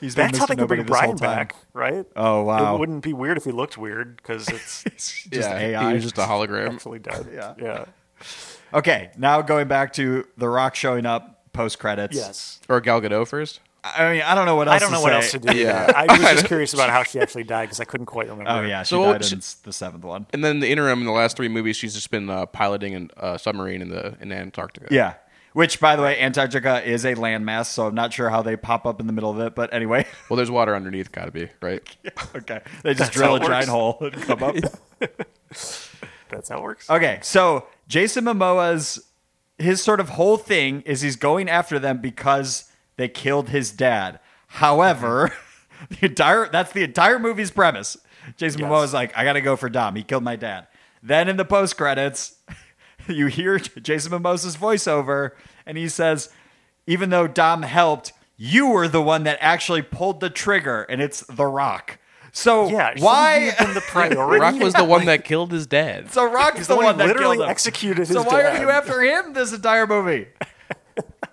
S2: He's been
S1: That's how
S2: Mr.
S1: they could bring
S2: Nobody this whole
S1: Brian
S2: time.
S1: back, right?
S2: Oh, wow.
S1: It wouldn't be weird if he looked weird because it's
S2: Just
S3: yeah,
S2: AI.
S3: He was just a hologram.
S1: actually dead.
S2: Um, Yeah.
S1: Yeah.
S2: okay, now going back to The Rock showing up post credits.
S1: Yes.
S3: Or Gal Gadot first.
S2: I mean, I don't know what else
S1: I don't know what
S2: say.
S1: else to do.
S3: Yeah.
S1: Yeah. I was just curious about how she actually died because I couldn't quite remember.
S2: Oh, yeah. She
S3: So-
S2: died in the seventh one.
S3: And then the interim in the last three movies, she's just been uh, piloting an- a submarine in the in Antarctica.
S2: Yeah. Which, by the way, Antarctica is a landmass, so I'm not sure how they pop up in the middle of it. But anyway,
S3: Well, there's water underneath. Got to be right.
S2: okay, they just
S1: That's how
S2: drill
S1: it
S2: a giant
S1: works.
S2: hole and come up.
S1: That's how it works.
S2: okay, so Jason Momoa's his sort of whole thing is he's going after them because they killed his dad. However, the entire that's the entire movie's premise. Jason
S1: Mm-hmm. Yes.
S2: Momoa's like, I gotta go for Dom. He killed my dad. Then in the post credits, you hear Jason Momoa's voiceover, and he says, "Even though Dom helped, you were the one that actually pulled the trigger, and it's The Rock." So
S1: Yeah. shouldn't he
S2: why?
S1: have been the priority?
S3: Rock was the one that killed his dad.
S2: So Rock is the,
S1: the one
S2: one that
S1: literally
S2: killed him.
S1: executed
S2: So
S1: his
S2: why
S1: dad.
S2: are you after him this entire movie?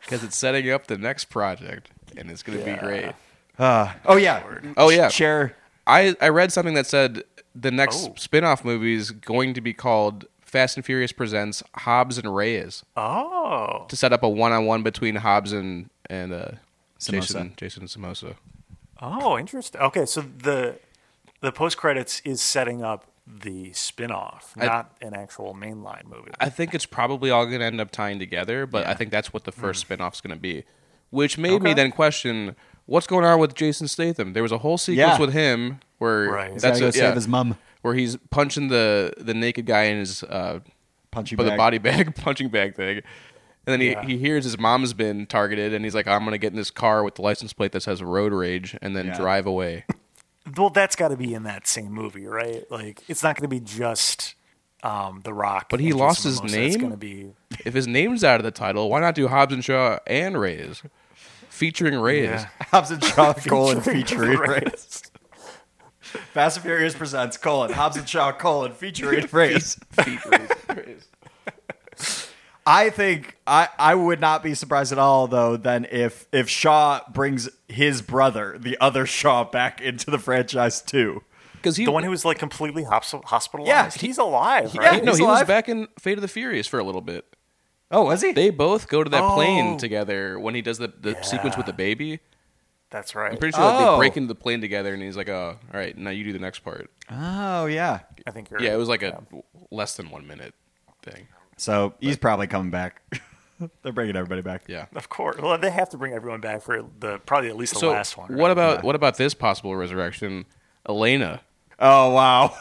S3: because it's setting up the next project and it's going to be great.
S2: Oh yeah.
S3: Oh, yeah.
S2: Share.
S3: I, I read something that said the next spin off movie is going to be called Fast and Furious Presents Hobbs and Reyes
S1: Oh.
S3: to set up a one on one between Hobbs and, and uh, Jason, Jason Samosa.
S1: Oh, interesting. Okay, so the the post credits is setting up the spin off, not an actual mainline movie.
S3: I think it's probably all going to end up tying together, but I think that's what the first spinoff's going to be, which made me
S1: Okay.
S3: then question what's going on with Jason Statham. There was a whole sequence
S2: Yeah.
S3: with him where
S1: Right. He's
S2: That's
S3: that's
S2: to go
S3: it,
S2: save
S3: yeah,
S2: his mom.
S3: where he's punching the the naked guy in his uh,
S2: Punchy
S3: but the
S2: bag.
S3: body bag punching bag thing, and then he, he hears his mom's been targeted, and he's like, "I'm going to get in this car with the license plate that says road rage, and then
S2: Yeah.
S3: drive away."
S1: Well, that's got to be in that same movie, right? Like, it's not going to be just um, The Rock.
S3: But he
S1: and
S3: lost
S1: Jason
S3: his
S1: Momoa. It's
S3: name?
S1: going to be
S3: if his name's out of the title, why not do Hobbs and Shaw and Rays, featuring Rays?
S1: Yeah.
S2: Hobbs and Shaw colon featuring
S1: Right.
S2: Reyes. Fast and Furious presents colon Hobbs and Shaw colon featuring Reyes. I think I, I would not be surprised at all though then if if Shaw brings his brother, the other Shaw, back into the franchise too.
S3: Because he
S1: the one who was like completely hos- hospitalized.
S2: Yeah, he-
S1: he's alive,
S3: Yeah,
S1: right?
S2: Yeah,
S3: no,
S2: he's
S3: he
S2: alive.
S3: was back in Fate of the Furious for a little bit.
S2: Oh, was he?
S3: They both go to that
S1: Oh.
S3: plane together when he does the, the sequence with the baby.
S1: That's right.
S3: I'm pretty sure like,
S2: Oh.
S3: they break into the plane together, and he's like, "Oh, all right, now you do the next part."
S2: Oh yeah.
S1: I think you're.
S3: Yeah, it was like a less than one minute thing.
S2: So he's probably coming back. They're bringing everybody back.
S3: Yeah.
S1: Of course. Well, they have to bring everyone back for the probably at least the
S3: So
S1: last one.
S3: what
S1: right?
S3: about what about this possible resurrection, Elena?
S2: Oh wow.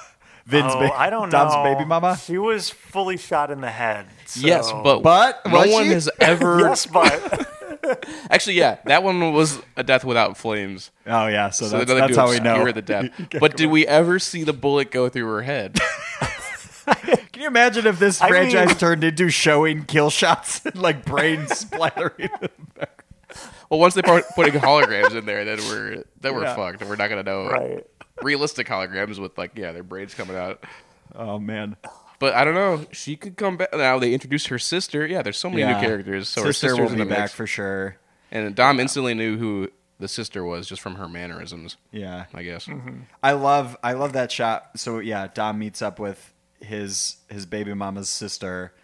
S2: Vin's
S1: Oh,
S2: ba-
S1: I don't
S2: Dom's
S1: know.
S2: baby mama.
S1: She was fully shot in the head. so- Oh.
S3: Yes, but
S2: But
S3: no
S2: was
S3: one
S2: she?
S3: has ever
S1: yes, but
S3: actually. Yeah, that one was a death without flames.
S2: Oh yeah. So,
S3: So
S2: that's,
S3: they're
S2: that's how we know.
S3: obscure the death. but did we ever see the bullet go through her head?
S2: Can you imagine if this
S1: I
S2: franchise
S1: mean-
S2: turned into showing kill shots and like brain splattering?
S3: Well, once they put putting holograms in there, then we're then we're
S2: Yeah.
S3: fucked, and we're not gonna know
S1: right.
S3: realistic holograms with like yeah their brains coming out.
S2: oh man.
S3: But I don't know. She could come back now. They introduced her sister. Yeah, there's so many new characters. So her sister's
S2: will
S3: in
S2: be
S3: the
S2: back
S3: mix.
S2: for sure.
S3: and Dom instantly knew who the sister was just from her mannerisms.
S2: Yeah.
S3: I guess.
S2: I love I love that shot. So yeah, Dom meets up with his his baby mama's sister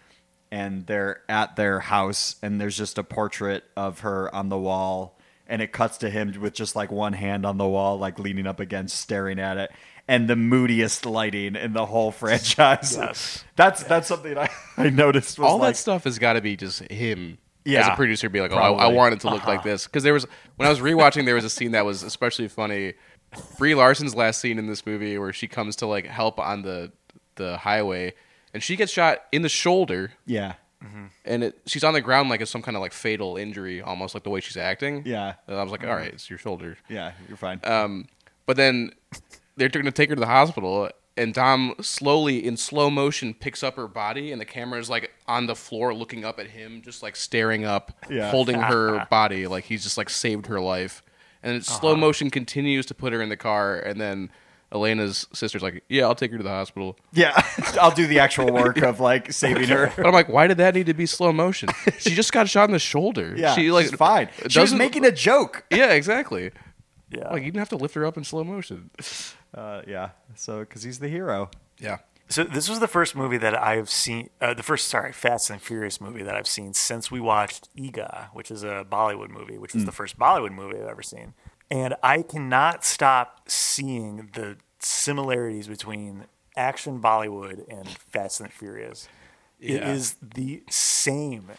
S2: and they're at their house and there's just a portrait of her on the wall and it cuts to him with just like one hand on the wall like leaning up against staring at it and the moodiest lighting in the whole franchise.
S1: Yes.
S2: That's that's something I, I noticed was
S3: All
S2: like,
S3: that stuff has got to be just him. as
S2: Yeah,
S3: a producer, be like, oh, I, I
S2: probably.
S3: want it to look like this. Because there was when I was rewatching, there was a scene that was especially funny. Brie Larson's last scene in this movie, where she comes to like help on the the highway, and she gets shot in the shoulder,
S2: Yeah.
S3: Mhm. and it, she's on the ground like it's some kind of like fatal injury, almost like the way she's acting.
S2: Yeah. Mm-hmm.
S3: and I was like, all right, it's your shoulder.
S2: Yeah, you're fine.
S3: Um, but then they're going to take her to the hospital, and Dom slowly, in slow motion, picks up her body, and the camera is like on the floor looking up at him, just like staring up,
S2: Yeah.
S3: holding her body, like he's just like saved her life. And it's slow
S2: Uh-huh.
S3: motion continues to put her in the car, and then Elena's sister's like, "Yeah, I'll take her to the hospital."
S2: yeah, I'll do the actual work of like saving her.
S3: But I'm like, "Why did that need to be slow motion? She just got shot in the shoulder.
S2: Yeah,
S3: she like
S2: she's fine.
S3: it
S2: She was
S3: doesn't-
S2: making a joke.
S3: yeah, exactly.
S1: Yeah.
S3: Like you didn't have to lift her up in slow motion.
S2: Uh, yeah. So because he's the hero.
S3: Yeah,
S1: So this was the first movie that I've seen. Uh, the first, sorry, Fast and Furious movie that I've seen since we watched Iga, which is a Bollywood movie, which was the first Bollywood movie I've ever seen. And I cannot stop seeing the similarities between action Bollywood and Fast and Furious. It
S3: Yeah.
S1: is the same,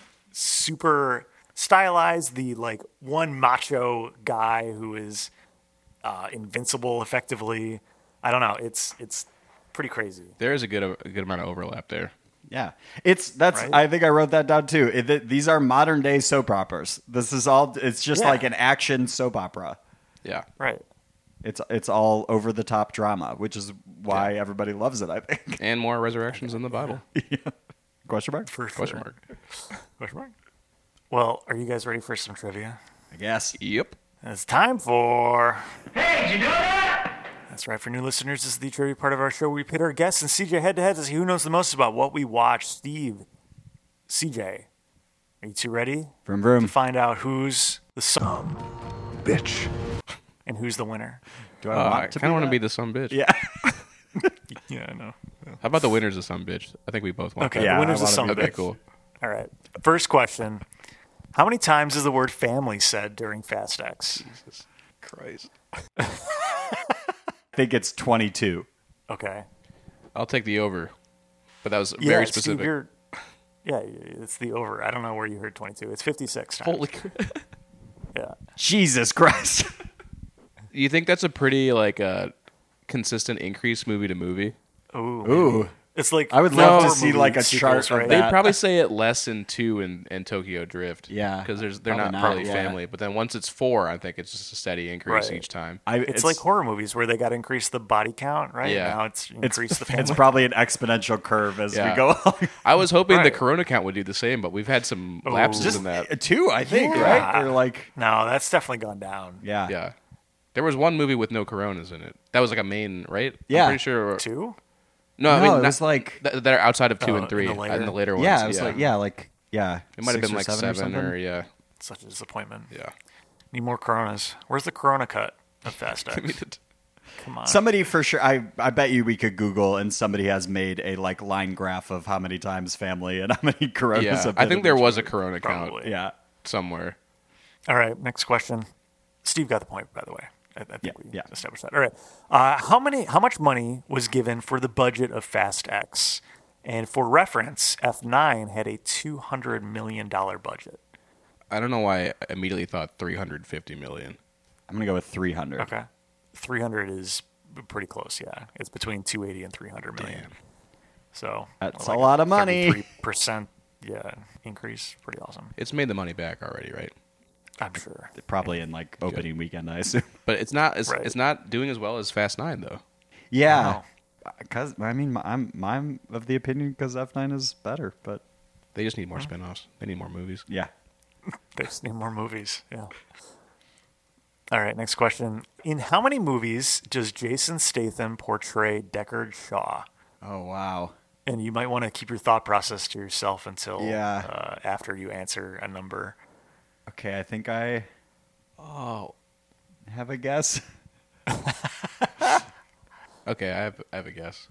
S1: super stylized. The like one macho guy who is uh, invincible, effectively. I don't know. It's it's pretty crazy.
S3: there is a good a good amount of overlap there.
S2: Yeah, it's that's.
S1: Right?
S2: I think I wrote that down too. It, th- these are modern day soap operas. This is all. It's just
S1: Yeah.
S2: like an action soap opera.
S3: Yeah.
S1: Right.
S2: It's it's all over the top drama, which is why everybody loves it. I think.
S3: and more resurrections in the Bible.
S2: Question mark?
S1: For sure.
S3: Question mark.
S1: Question mark. Well, are you guys ready for some trivia?
S2: I guess.
S3: Yep.
S1: It's time for. Hey, did you do that? That's right. For new listeners, this is the trivia part of our show. where We pit our guests and CJ head to head to see who knows the most about what we watch. Steve, CJ, are you two ready
S2: Vroom
S1: to
S2: vroom.
S1: find out who's the song
S4: Bitch.
S1: and who's the winner?
S2: Do I
S3: Uh, I
S2: want to?
S3: kind of want to be the some bitch.
S2: Yeah.
S1: Yeah, I know.
S3: How about the winners of some bitch? I think we both want
S1: Okay,
S3: that.
S2: Yeah,
S1: the winner's
S2: I
S1: the
S2: wanna
S1: song.
S2: be
S3: Okay. Cool.
S1: All right. First question. How many times is the word family said during Fast X?
S3: Jesus Christ.
S2: think it's 22.
S1: Okay.
S3: I'll take the over. But that was
S1: Yeah,
S3: very
S1: Steve,
S3: specific.
S1: you're- yeah, it's the over. I don't know where you heard 22. It's 56. times.
S3: Holy cr-
S1: Yeah.
S2: Jesus Christ.
S3: You think that's a pretty like uh, consistent increase movie to movie?
S1: Ooh.
S2: Ooh.
S1: It's like
S2: I would
S1: four
S2: love to
S1: horror
S2: see,
S1: movie
S2: like, a
S1: sequels,
S2: chart of
S1: right?
S3: They
S2: that.
S3: probably say it less in two and, and Tokyo Drift.
S2: Yeah,
S3: because there's they're
S2: probably
S3: not,
S2: not,
S3: probably
S2: yeah.
S3: family. But then once it's four, I think it's just a steady increase
S1: Right.
S3: each time.
S2: I,
S1: It's, like horror movies where they got to increase the body count, right?
S3: Yeah.
S1: Now it's
S2: it's,
S1: increase the family.
S2: it's probably an exponential curve as
S3: Yeah.
S2: we go along.
S3: I was hoping the
S1: Right.
S3: Corona count would do the same, but we've had some lapses
S1: Just-
S3: in that.
S2: uh, Two, I think,
S1: Yeah.
S2: right? Or like,
S1: no, that's definitely gone down.
S2: yeah.
S3: Yeah, there was one movie with no Coronas in it. That was like a main, right?
S2: Yeah.
S3: I'm pretty sure.
S1: Two?
S3: No, I
S2: No,
S3: mean
S2: it
S3: not-
S2: was like-
S3: that, that are outside of two
S1: Oh,
S3: and three
S1: in the later-
S3: ones.
S2: Yeah, it was like, yeah, like, yeah.
S3: It might have
S2: six
S3: been like
S2: or
S3: seven or,
S2: something.
S3: yeah,
S1: Such a disappointment.
S3: yeah.
S1: Need more Coronas. Where's the Corona cut of Fast
S3: I mean,
S1: X?
S3: it-
S1: Come on.
S2: Somebody for sure. I I bet you we could Google and somebody has made a like line graph of how many times family and how many coronas.
S3: yeah.
S2: have
S3: I
S2: been
S3: think
S2: in
S3: there
S2: each-
S3: was a Corona count
S1: Probably.
S2: Yeah,
S3: somewhere.
S1: All right. Next question. Steve got the point, by the way. I, I think
S2: Yeah,
S1: we
S2: yeah.
S1: established that. All right. Uh, how many? How much money was given for the budget of Fast X? And for reference, F9 had a two hundred million dollar budget.
S3: I don't know why I immediately thought 350 million.
S2: I'm gonna go with 300.
S1: Okay. 300 is pretty close, yeah. It's between 280 and 300 million. So
S2: That's a lot of money.
S1: 33%, yeah, increase. Pretty awesome.
S3: It's made the money back already, right?
S1: I'm sure.
S2: Probably in like opening weekend, I assume.
S3: But it's not it's,
S1: Right.
S3: it's not doing as well as Fast 9 though.
S2: Yeah, because I mean, my- I'm I'm of the opinion because F9 is better, but
S3: They just need more spin-offs. They need more movies.
S2: yeah,
S1: They just need more movies, yeah. All right, next question. In how many movies does Jason Statham portray Deckard Shaw?
S2: Oh wow.
S1: And you might want to keep your thought process to yourself until
S2: Yeah.
S1: uh, after you answer a number.
S2: Okay, I think I
S3: Oh.
S2: have a guess.
S3: Okay, I have I have a guess.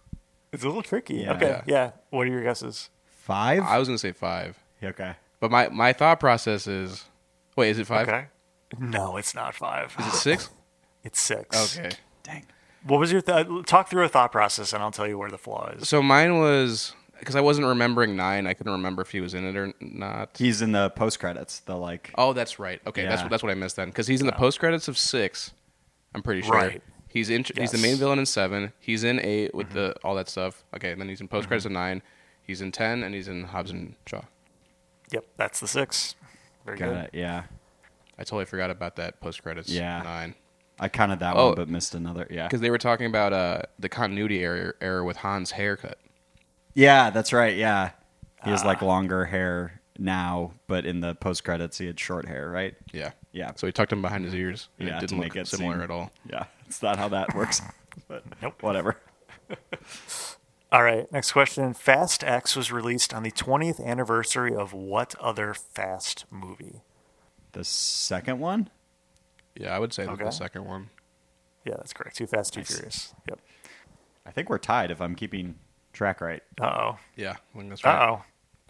S1: It's a little tricky.
S2: Yeah.
S1: okay,
S3: Yeah.
S1: yeah. What are your guesses?
S2: Five.
S3: I was going to say 5.
S2: okay.
S3: But my my thought process is Wait, is it 5?
S1: Okay. No, it's not five.
S3: Is it 6?
S1: It's six.
S3: okay.
S2: Dang.
S1: What was your th- talk through a thought process, and I'll tell you where the flaw is.
S3: So mine was cuz I wasn't remembering 9. I couldn't remember if he was in it or not.
S2: He's in the post credits. The like.
S3: Oh, that's right. Okay, that's
S2: Yeah.
S3: that's what I missed then, because he's in the post credits of six. I'm pretty sure.
S1: Right.
S3: He's in. He's the
S1: Yes. Mm-hmm.
S3: main villain in seven. He's in eight with the all that stuff. Okay, and then he's in post credits of nine. He's in ten, and he's in Hobbs and Shaw.
S1: Yep, that's the six. Very
S2: Got
S1: good.
S2: it. Yeah.
S3: I totally forgot about that post credits.
S2: Yeah.
S3: nine
S2: I counted that
S3: Oh.
S2: one, but missed another. Yeah.
S3: because they were talking about uh, the continuity error, error with Han's haircut.
S2: Yeah, that's right. Yeah. He has
S3: Ah.
S2: like longer hair now, but in the post credits, he had short hair, right?
S3: Yeah,
S2: Yeah.
S3: So he tucked him behind his ears. And
S2: Yeah,
S3: it
S2: to
S3: didn't
S2: make
S3: look
S2: it
S3: similar
S2: seem-
S3: at all.
S2: Yeah. It's not how that works, but
S1: Nope.
S2: whatever.
S1: All right, next question. Fast X was released on the 20th anniversary of what other Fast movie?
S2: The second one?
S3: Yeah, I would say that
S1: Okay.
S3: the second one.
S1: Yeah, that's correct. Too Fast, Too
S2: Nice.
S1: Furious. Yep.
S2: I think we're tied if I'm keeping track right.
S1: Uh oh.
S3: Yeah, I think that's right.
S1: Uh oh.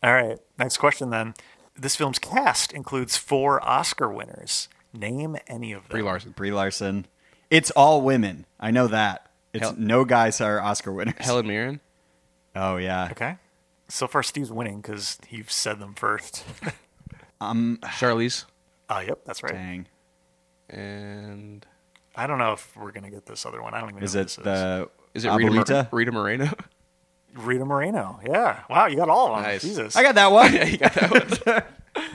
S1: All right, next question then. This film's cast includes four Oscar winners. Name any of them.
S3: Brie Larson.
S2: Brie Larson. It's all women. I know that. It's
S3: Hel-
S2: no guys are Oscar winners.
S3: Helen Mirren.
S2: Oh yeah.
S1: Okay. So far, Steve's winning because you've said them first.
S3: Charlize.
S1: uh, yep, that's right.
S2: Dang.
S3: And
S1: I don't know if we're gonna get this other one. I don't even
S2: Is
S1: know
S2: it
S1: who this is.
S2: the
S3: Is it Rita, Mor-
S2: Abuelita?
S3: Rita Moreno?
S1: Rita Moreno. Yeah. Wow, you got all of them.
S3: Nice.
S1: Jesus.
S2: I got that one.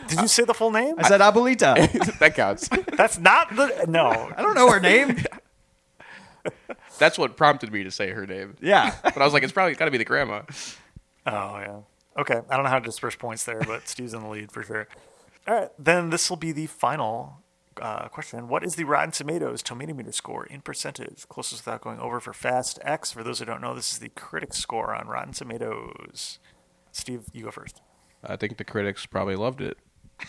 S1: Did you say the full name?
S2: I said Abuelita.
S3: that counts.
S1: That's not the no.
S2: I don't know her name.
S3: That's what prompted me to say her name.
S2: Yeah.
S3: But I was like, it's probably got to be the grandma.
S1: Oh yeah. Okay. I don't know how to disperse points there, but Steve's in the lead for sure. All right. Then this will be the final uh, question. What is the Rotten Tomatoes Tomatometer score in percentage? Closest without going over for Fast X. For those who don't know, this is the critic score on Rotten Tomatoes. Steve, you go first.
S3: I think the critics probably loved it.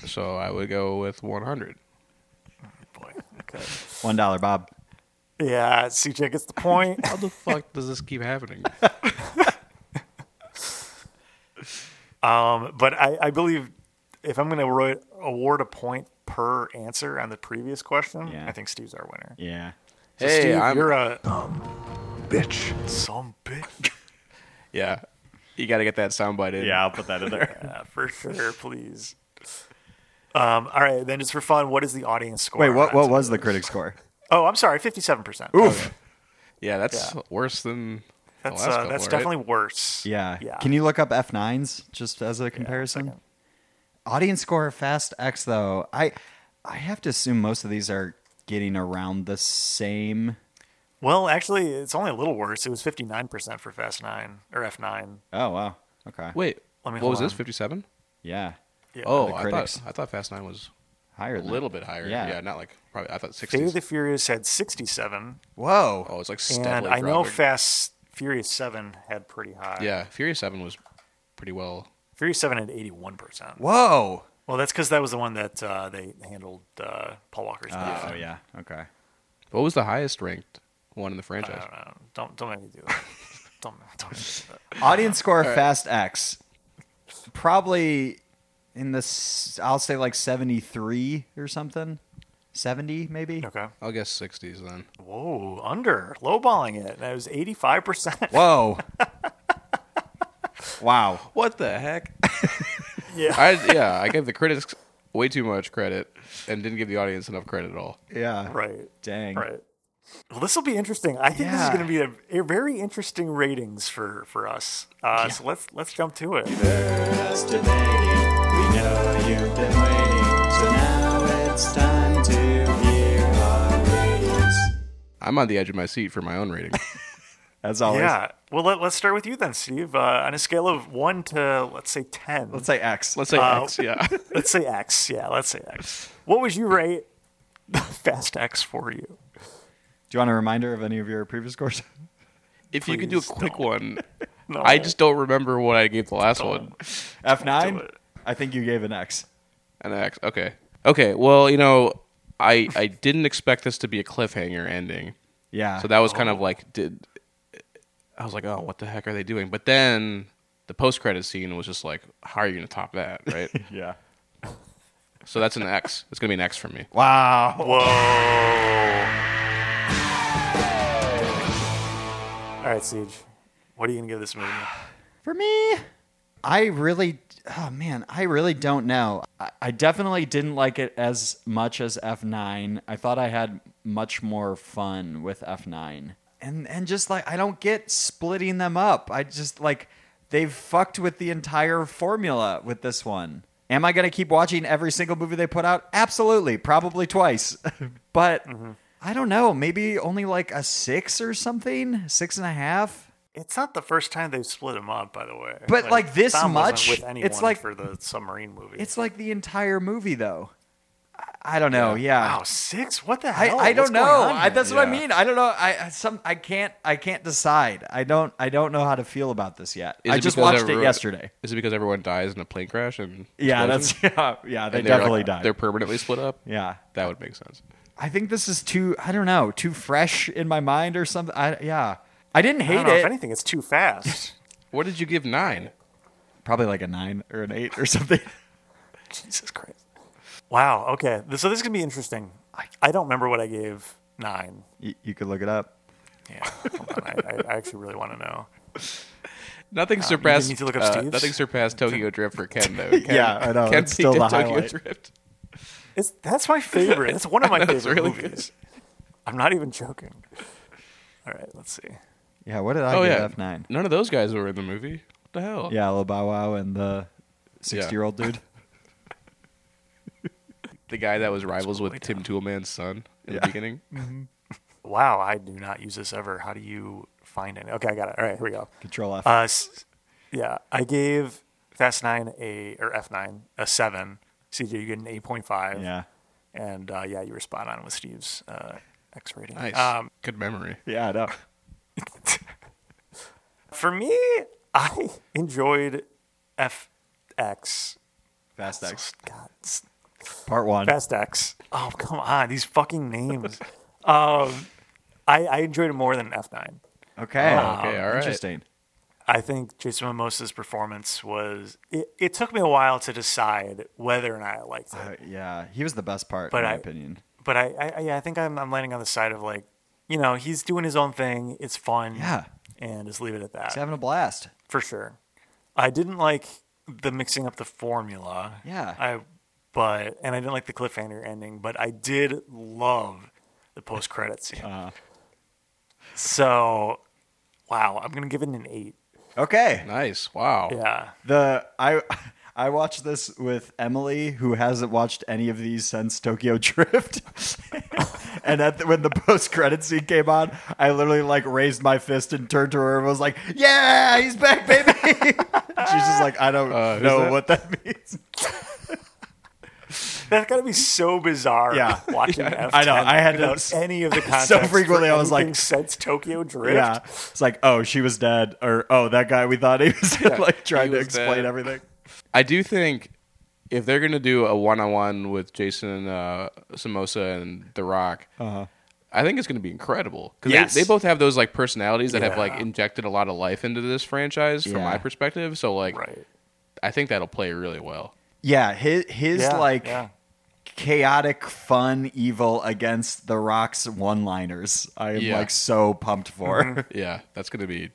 S3: So I would go with 100.
S1: Boy. Okay.
S2: One dollar, Bob.
S1: Yeah, CJ gets the point.
S3: How the fuck does this keep happening?
S1: but I, I believe if I'm going to award a point per answer on the previous question,
S2: Yeah.
S1: I think Steve's our winner.
S2: Yeah.
S1: So
S3: Hey,
S1: Steve,
S3: I'm-
S1: you're a
S4: Bitch.
S1: some bitch.
S3: Yeah. You got to get that soundbite in.
S2: Yeah, I'll put that in there.
S1: Yeah, for sure, please. Um, all right, then just for fun, what is the audience score?
S2: Wait, what?
S1: on
S2: What
S1: that?
S2: was the critic score?
S1: Oh, I'm sorry, fifty-seven percent.
S3: Oh,
S2: Oof.
S3: Yeah, that's
S1: Yeah.
S3: worse than
S1: That's
S3: the last
S1: uh,
S3: couple,
S1: that's
S3: right?
S1: definitely worse.
S2: Yeah.
S1: yeah.
S2: Can you look up F9s just as a comparison? Audience score of Fast X though. I I have to assume most of these are getting around the same.
S1: Well, actually, it's only a little worse. It was fifty-nine percent for Fast Nine or F Nine.
S2: Oh wow. Okay.
S3: Wait,
S1: Let me
S3: what was
S1: hold
S3: this?
S1: on.
S3: 57?
S2: Yeah.
S1: Yeah,
S3: oh,
S2: the
S3: I
S2: critics.
S3: thought, I thought Fast 9 was
S2: Higher
S3: a
S2: than
S3: little bit higher.
S2: Yeah.
S3: Yeah, not like probably, I thought 60.
S1: Fate of the Furious had sixty-seven,
S2: Whoa.
S3: oh, it's like
S1: and
S3: steadily
S1: I know
S3: dropping.
S1: Fast Furious Seven had pretty high.
S3: Yeah, Furious 7 was pretty well.
S1: Furious Seven had eighty-one percent.
S2: Whoa.
S1: Well, that's because that was the one that uh, they handled uh, Paul Walker's
S3: Ah,
S1: death.
S2: Oh yeah. Okay.
S3: What was the highest ranked one in the
S1: I
S3: franchise?
S1: don't know. Don't don't make me do that. don't don't. Make me do that.
S2: Audience score of Fast X. Probably in the s- I'll say like 73 or something. 70 maybe.
S1: Okay.
S3: I'll guess 60s then.
S1: Whoa, under lowballing it. That was eighty-five percent.
S2: Whoa. wow.
S3: What the heck?
S1: Yeah.
S3: I yeah, I gave the critics way too much credit and didn't give the audience enough credit at all.
S2: Yeah.
S1: Right.
S2: Dang.
S1: Right. Well, this will be interesting. I think this is
S2: Yeah.
S1: going to be a, a very interesting ratings for for us. Uh, So let's let's jump to it.
S3: I'm on the edge of my seat for my own rating.
S2: As always.
S1: Yeah. Well, let, let's start with you then, Steve. Uh, on a scale of one to let's say ten,
S2: Let's say X.
S3: Let's say
S1: Uh,
S3: X, yeah.
S1: let's say X. Yeah, let's say X. What would you rate Fast X for you?
S2: Do you want a reminder of any of your previous scores?
S3: If you could do a
S1: Please
S3: quick
S1: don't.
S3: one,
S1: No.
S3: I just don't remember what I gave the last one.
S2: F9?
S1: it.
S2: I think you gave an X.
S3: An X. Okay. Okay. Well, you know, I I didn't expect this to be a cliffhanger ending,
S2: Yeah.
S3: so that was kind of like did. I was like, oh, what the heck are they doing? But then the post credit scene was just like, how are you gonna top that, right?
S2: Yeah.
S3: so that's an X. It's gonna be an X for me.
S2: Wow.
S1: Whoa. All right, Siege. What are you going to give this movie?
S2: For me, I really, oh man, I really don't know. I, I definitely didn't like it as much as F9. I thought I had much more fun with F9. And, and just like, I don't get splitting them up. I just like, they've fucked with the entire formula with this one. Am I going to keep watching every single movie they put out? Absolutely. Probably twice. but I don't know. Maybe only like a six or something, six and a half.
S1: It's not the first time they've split him up, by the way.
S2: But, like, this
S1: Tom wasn't
S2: much?
S1: with
S2: It's
S1: anyone
S2: like-
S1: for the submarine movie.
S2: It's like the entire movie, though. I, I don't know. Yeah,
S1: wow, six. What the
S2: I,
S1: hell?
S2: I
S1: What's
S2: don't know.
S1: going on
S2: I,
S1: here?
S2: that's what I
S3: Yeah.
S2: mean. I don't know. I I- some I can't I can't decide. I don't I don't know how to feel about this yet.
S3: Is
S2: I
S3: it
S2: just
S3: because
S2: watched it
S3: everyone-
S2: yesterday.
S3: Is it because everyone dies in a plane crash and
S2: Yeah,
S3: explosion?
S2: that's yeah yeah. They
S3: And they're, like,
S2: definitely died.
S3: They're permanently split up.
S2: yeah,
S3: that would make sense.
S2: I think this is too I don't know too fresh in my mind or something. I, yeah, I didn't
S1: I
S2: hate
S1: don't know.
S2: it.
S1: If anything, it's too fast.
S3: What did you give nine?
S2: Probably like a nine or an eight or something.
S1: Jesus Christ. Wow. Okay. Th- So this is gonna be interesting. I, I don't remember what I gave nine.
S2: you, you could look it up.
S1: Yeah. Hold on. I, I- I actually really want to know.
S3: Nothing surpassed.
S1: need to look up
S3: uh,
S1: Steve's?
S3: nothing surpassed Tokyo Drift for Ken though. Ken,
S2: Yeah, I know,
S3: Ken
S2: it's still
S3: beat
S2: the
S3: Tokyo
S2: highlight.
S3: Drift.
S1: It's that's my favorite. That's one of my
S3: That's
S1: favorite
S3: really
S1: movies. I'm not even joking. All right. Let's see.
S2: Yeah, what did I
S3: Oh
S2: give
S3: yeah,
S2: F nine?
S3: None of those guys were in the movie. What the hell?
S2: Yeah, Lil Bow Wow and the sixty year old dude.
S3: the guy that was rivals with Tim Toolman's son in the beginning.
S1: Wow. I do not use this ever. How do you find it? Okay. I got it. All right. Here we go.
S2: Control F.
S1: Uh, s- yeah, I gave Fast Nine a or F Nine a seven. CJ, you get an eight point five.
S2: yeah.
S1: and uh, yeah, you were spot on with Steve's uh, X rating.
S3: Nice,
S1: Um,
S3: good memory.
S2: Yeah, I know.
S1: for me, I enjoyed FX.
S2: Fast X.
S1: God, s-
S2: Part one.
S1: Fast X. Oh come on, these fucking names. um, I, I enjoyed it more than F Nine.
S2: Oh, Okay.
S1: Ah,
S3: okay, all right.
S2: Interesting.
S1: I think Jason Momoa's performance was. It, it took me a while to decide whether or not I liked it.
S2: Uh, yeah, he was the best part,
S1: But
S2: in my
S1: I-
S2: opinion.
S1: but I, I, I- yeah, I think I'm, I'm landing on the side of like you know, he's doing his own thing. It's fun.
S2: Yeah.
S1: And just leave it at
S2: He's
S1: that
S2: having a blast.
S1: for sure. I didn't like the mixing up the formula.
S2: Yeah.
S1: I but and I didn't like the cliffhanger ending, but I did love the post credits scene.
S2: Uh-huh.
S1: So, wow, I'm gonna give it an eight.
S2: Okay.
S3: Nice. Wow.
S1: Yeah,
S2: The I I watched this with Emily, who hasn't watched any of these since Tokyo Drift. and at the, when the post credit scene came on, I literally like raised my fist and turned to her and was like, "Yeah, he's back, baby." She's just like, "I don't
S3: Uh, who's
S2: know
S3: that?
S2: what that means."
S1: that's gotta be so bizarre.
S2: Yeah.
S1: watching F10
S2: I know, I had to-
S1: without any of the context. for
S2: frequently I was like-
S1: anything since Tokyo Drift.
S2: Yeah, it's like, "Oh, she was dead," or "Oh, that guy we thought he was dead," like trying to
S3: was
S2: explain
S3: dead.
S2: everything.
S3: I do think if they're gonna do a one on one with Jason uh, Samosa and The Rock,
S2: Uh-huh.
S3: I think it's gonna be incredible because
S2: Yes.
S3: they, they both have those like personalities that have like
S1: Yeah.
S3: injected a lot of life into this franchise from
S2: Yeah.
S3: my perspective. So like,
S1: Right.
S3: I think that'll play really well.
S2: Yeah, his his
S1: Yeah,
S2: like
S1: yeah.
S2: chaotic, fun, evil against the Rock's one-liners. I am
S3: Yeah. Mm-hmm.
S2: like so pumped for.
S3: Yeah, that's gonna be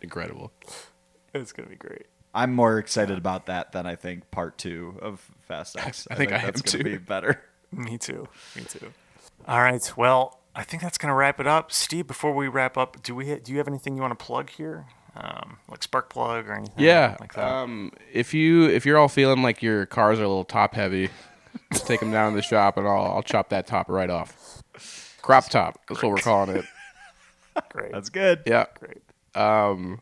S3: incredible.
S1: it's gonna be great.
S2: I'm more excited about that than I think part two of Fast X.
S3: I think I am
S2: that's gonna
S3: too.
S2: Be better.
S1: Me too. Me too. All right. Well, I think that's going to wrap it up. Steve, before we wrap up, do we do you have anything you want to plug here? Um, like spark plug or anything?
S3: Yeah.
S1: Like that.
S3: um, if you if you're all feeling like your cars are a little top heavy, just take them down to the shop and I'll I'll chop that top right off. Crop top. That's what we're calling it.
S1: great.
S2: That's good.
S3: Yeah. um,
S1: great.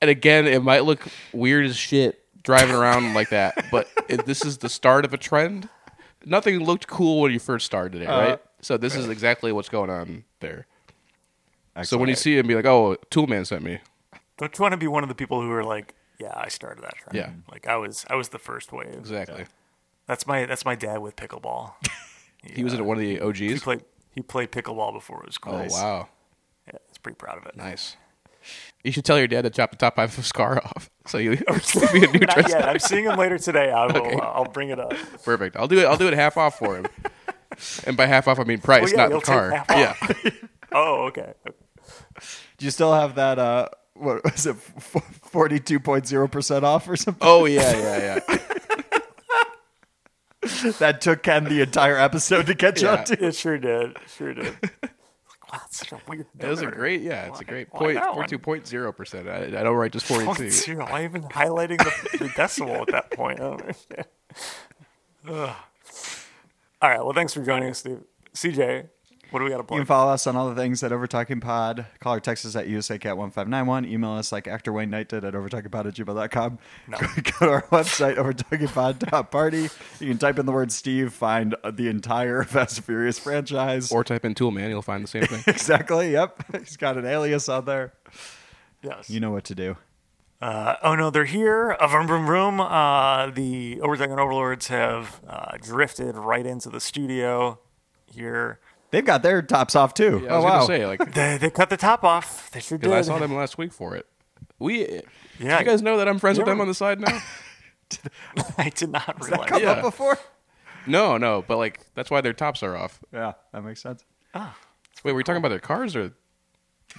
S3: And again, it might look weird as shit driving around like that, but it, this is the start of a trend. Nothing looked cool when you first started it,
S1: Uh,
S3: right? So this is exactly what's going on there. So when you see it, be like, "Oh, Toolman sent me."
S1: Don't you want to be one of the people who are like, yeah, I started that trend.
S3: Yeah.
S1: Like I was I was the first wave.
S3: Exactly.
S1: That's my that's my dad with pickleball.
S3: He was at one of the
S1: He
S3: OGs.
S1: played he played pickleball before it was cool.
S3: oh wow.
S1: Yeah, he's pretty proud of it.
S3: Nice. You should tell your dad to chop the top half of his car off. So you give me a new
S1: Not
S3: dress.
S1: yet. I'm seeing him later today. I will I'll bring it up.
S3: Perfect. I'll do it. I'll do it half off for him. And by half off, I mean price,
S1: Well, yeah,
S3: not the
S1: you'll take
S3: car.
S1: half
S3: Yeah.
S1: off. Oh, okay.
S2: do you still have that? Uh, what was it? Forty-two point zero percent off or something.
S3: Oh yeah, yeah, yeah.
S2: That took Ken the entire episode to catch
S3: Yeah.
S2: up to.
S1: It sure did. Sure did. Like, wow, that's such a weird.
S3: That was a
S1: number.
S3: great. Yeah, it's a
S1: Why-
S3: great
S1: why
S3: point.
S1: that one?
S3: Forty-two point zero percent. I I don't write just
S1: Point
S3: forty-two.
S1: zero. I even highlighting the, the decimal at that point. I don't understand. Ugh. All right. Well, thanks for joining us, Steve. CJ, what do we got to
S2: You
S1: play?
S2: can follow us on all the things at Overtalking Pod. Call or text us at USACat1591. Email us like actor Wayne Knight did at overtalkingpod at gmail.com.
S1: No.
S2: Go to our website, overtalkingpod.party. You can type in the word Steve, find the entire Fast and Furious franchise.
S3: Or type in tool man, you'll find the same thing.
S2: exactly, yep. He's got an alias on there.
S1: Yes.
S2: You know what to do.
S1: Uh, oh no, they're here. A vroom vroom vroom. Uh, the Overtime and Overlords have uh, drifted right into the studio here.
S2: They've got their tops off, too.
S3: Yeah, I
S2: oh,
S3: was
S2: wow.
S3: gonna say like
S1: They, they cut the top off. They sure did.
S3: 'cause I saw them last week for it. We.
S1: Yeah.
S3: Yeah. You guys know that I'm friends with
S1: Yeah.
S3: them on the side now.
S1: I did not realize.
S2: Come
S1: that.
S2: up
S3: Yeah.
S2: before?
S3: No, no, but like that's why their tops are off.
S2: Yeah, that makes sense.
S3: Wait, were you talking about their cars or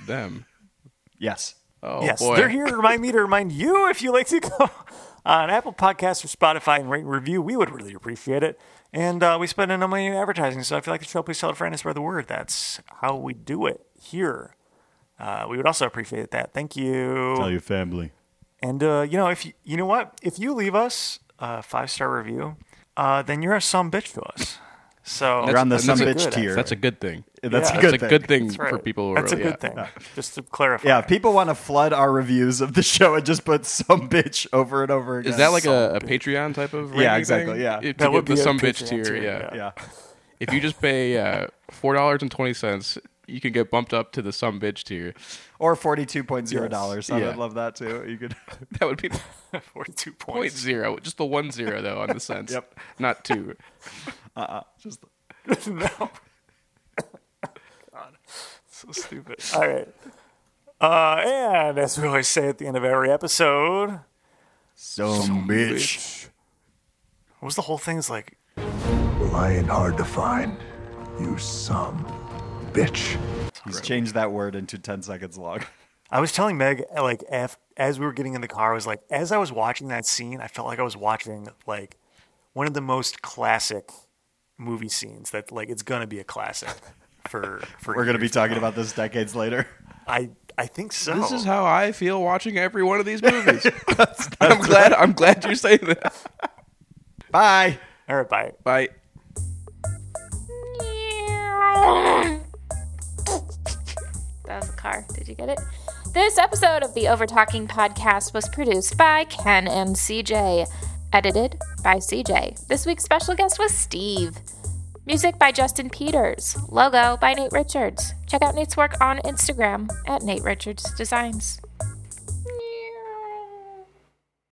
S3: them?
S2: Yes.
S3: Oh
S1: yes,
S3: boy,
S1: they're here to remind me to remind you if you like to go on Apple Podcasts or Spotify and rate and review. We would really appreciate it. And uh, we spend no money on advertising, so if you like the show, please tell a friend and spread the word. That's how we do it here. Uh, we would also appreciate that. Thank you.
S2: your family.
S1: And uh, you know, if you, you know what, if you leave us a five star review, uh, then you're a some bitch to us. So
S2: You're on the
S3: That's
S2: some
S3: a
S2: bitch
S1: good
S2: tier.
S3: That's a good thing.
S2: That's
S1: yeah.
S2: a
S3: That's
S2: good
S3: a
S2: thing.
S3: good thing
S1: That's right.
S3: for people. Who
S1: That's
S3: are,
S1: a
S3: yeah.
S1: good thing. Just to clarify.
S2: Yeah, if people want to flood our reviews of the show and just put some bitch over and over again.
S3: Is that like a, a Patreon type of rating
S2: Yeah, exactly,
S3: thing?
S2: yeah.
S3: If- to
S1: That would
S3: give the
S1: be a
S3: some bitch
S1: Patreon
S3: tier.
S1: tier,
S3: yeah.
S1: yeah.
S2: Yeah.
S3: If you just pay uh, four dollars and twenty cents, you can get bumped up to the some bitch tier.
S2: Or forty-two point zero dollars. I
S3: Yeah.
S2: would love that too. You could.
S3: That would be
S1: forty two
S3: point
S1: points.
S3: zero, just the one zero though on the cents.
S2: Yep.
S3: not two.
S1: no. God. So stupid. All right. Uh, and as we always say at the end of every episode, what
S2: Some bitch.
S1: was the whole thing? It's like,
S5: Lion hard to find. You some
S4: bitch.
S2: He's changed that word into 10 seconds long.
S1: I was telling Meg, like, af- as we were getting in the car, I was like, as I was watching that scene, I felt like I was watching, like, one of the most classic movie scenes that, like, it's going to be a classic for, for
S2: We're going to be
S1: years.
S2: talking about this decades later.
S1: I, I think so.
S3: This is how I feel watching every one of these movies. I'm glad. I'm glad you're saying that.
S2: Bye.
S1: All right, bye.
S3: Bye.
S5: That was a car. Did you get it? This episode of the Over Talking podcast was produced by Ken and CJ, edited by CJ. This week's special guest was Steve. Music by Justin Peters. Logo by Nate Richards. Check out Nate's work on Instagram at Nate Richards Designs.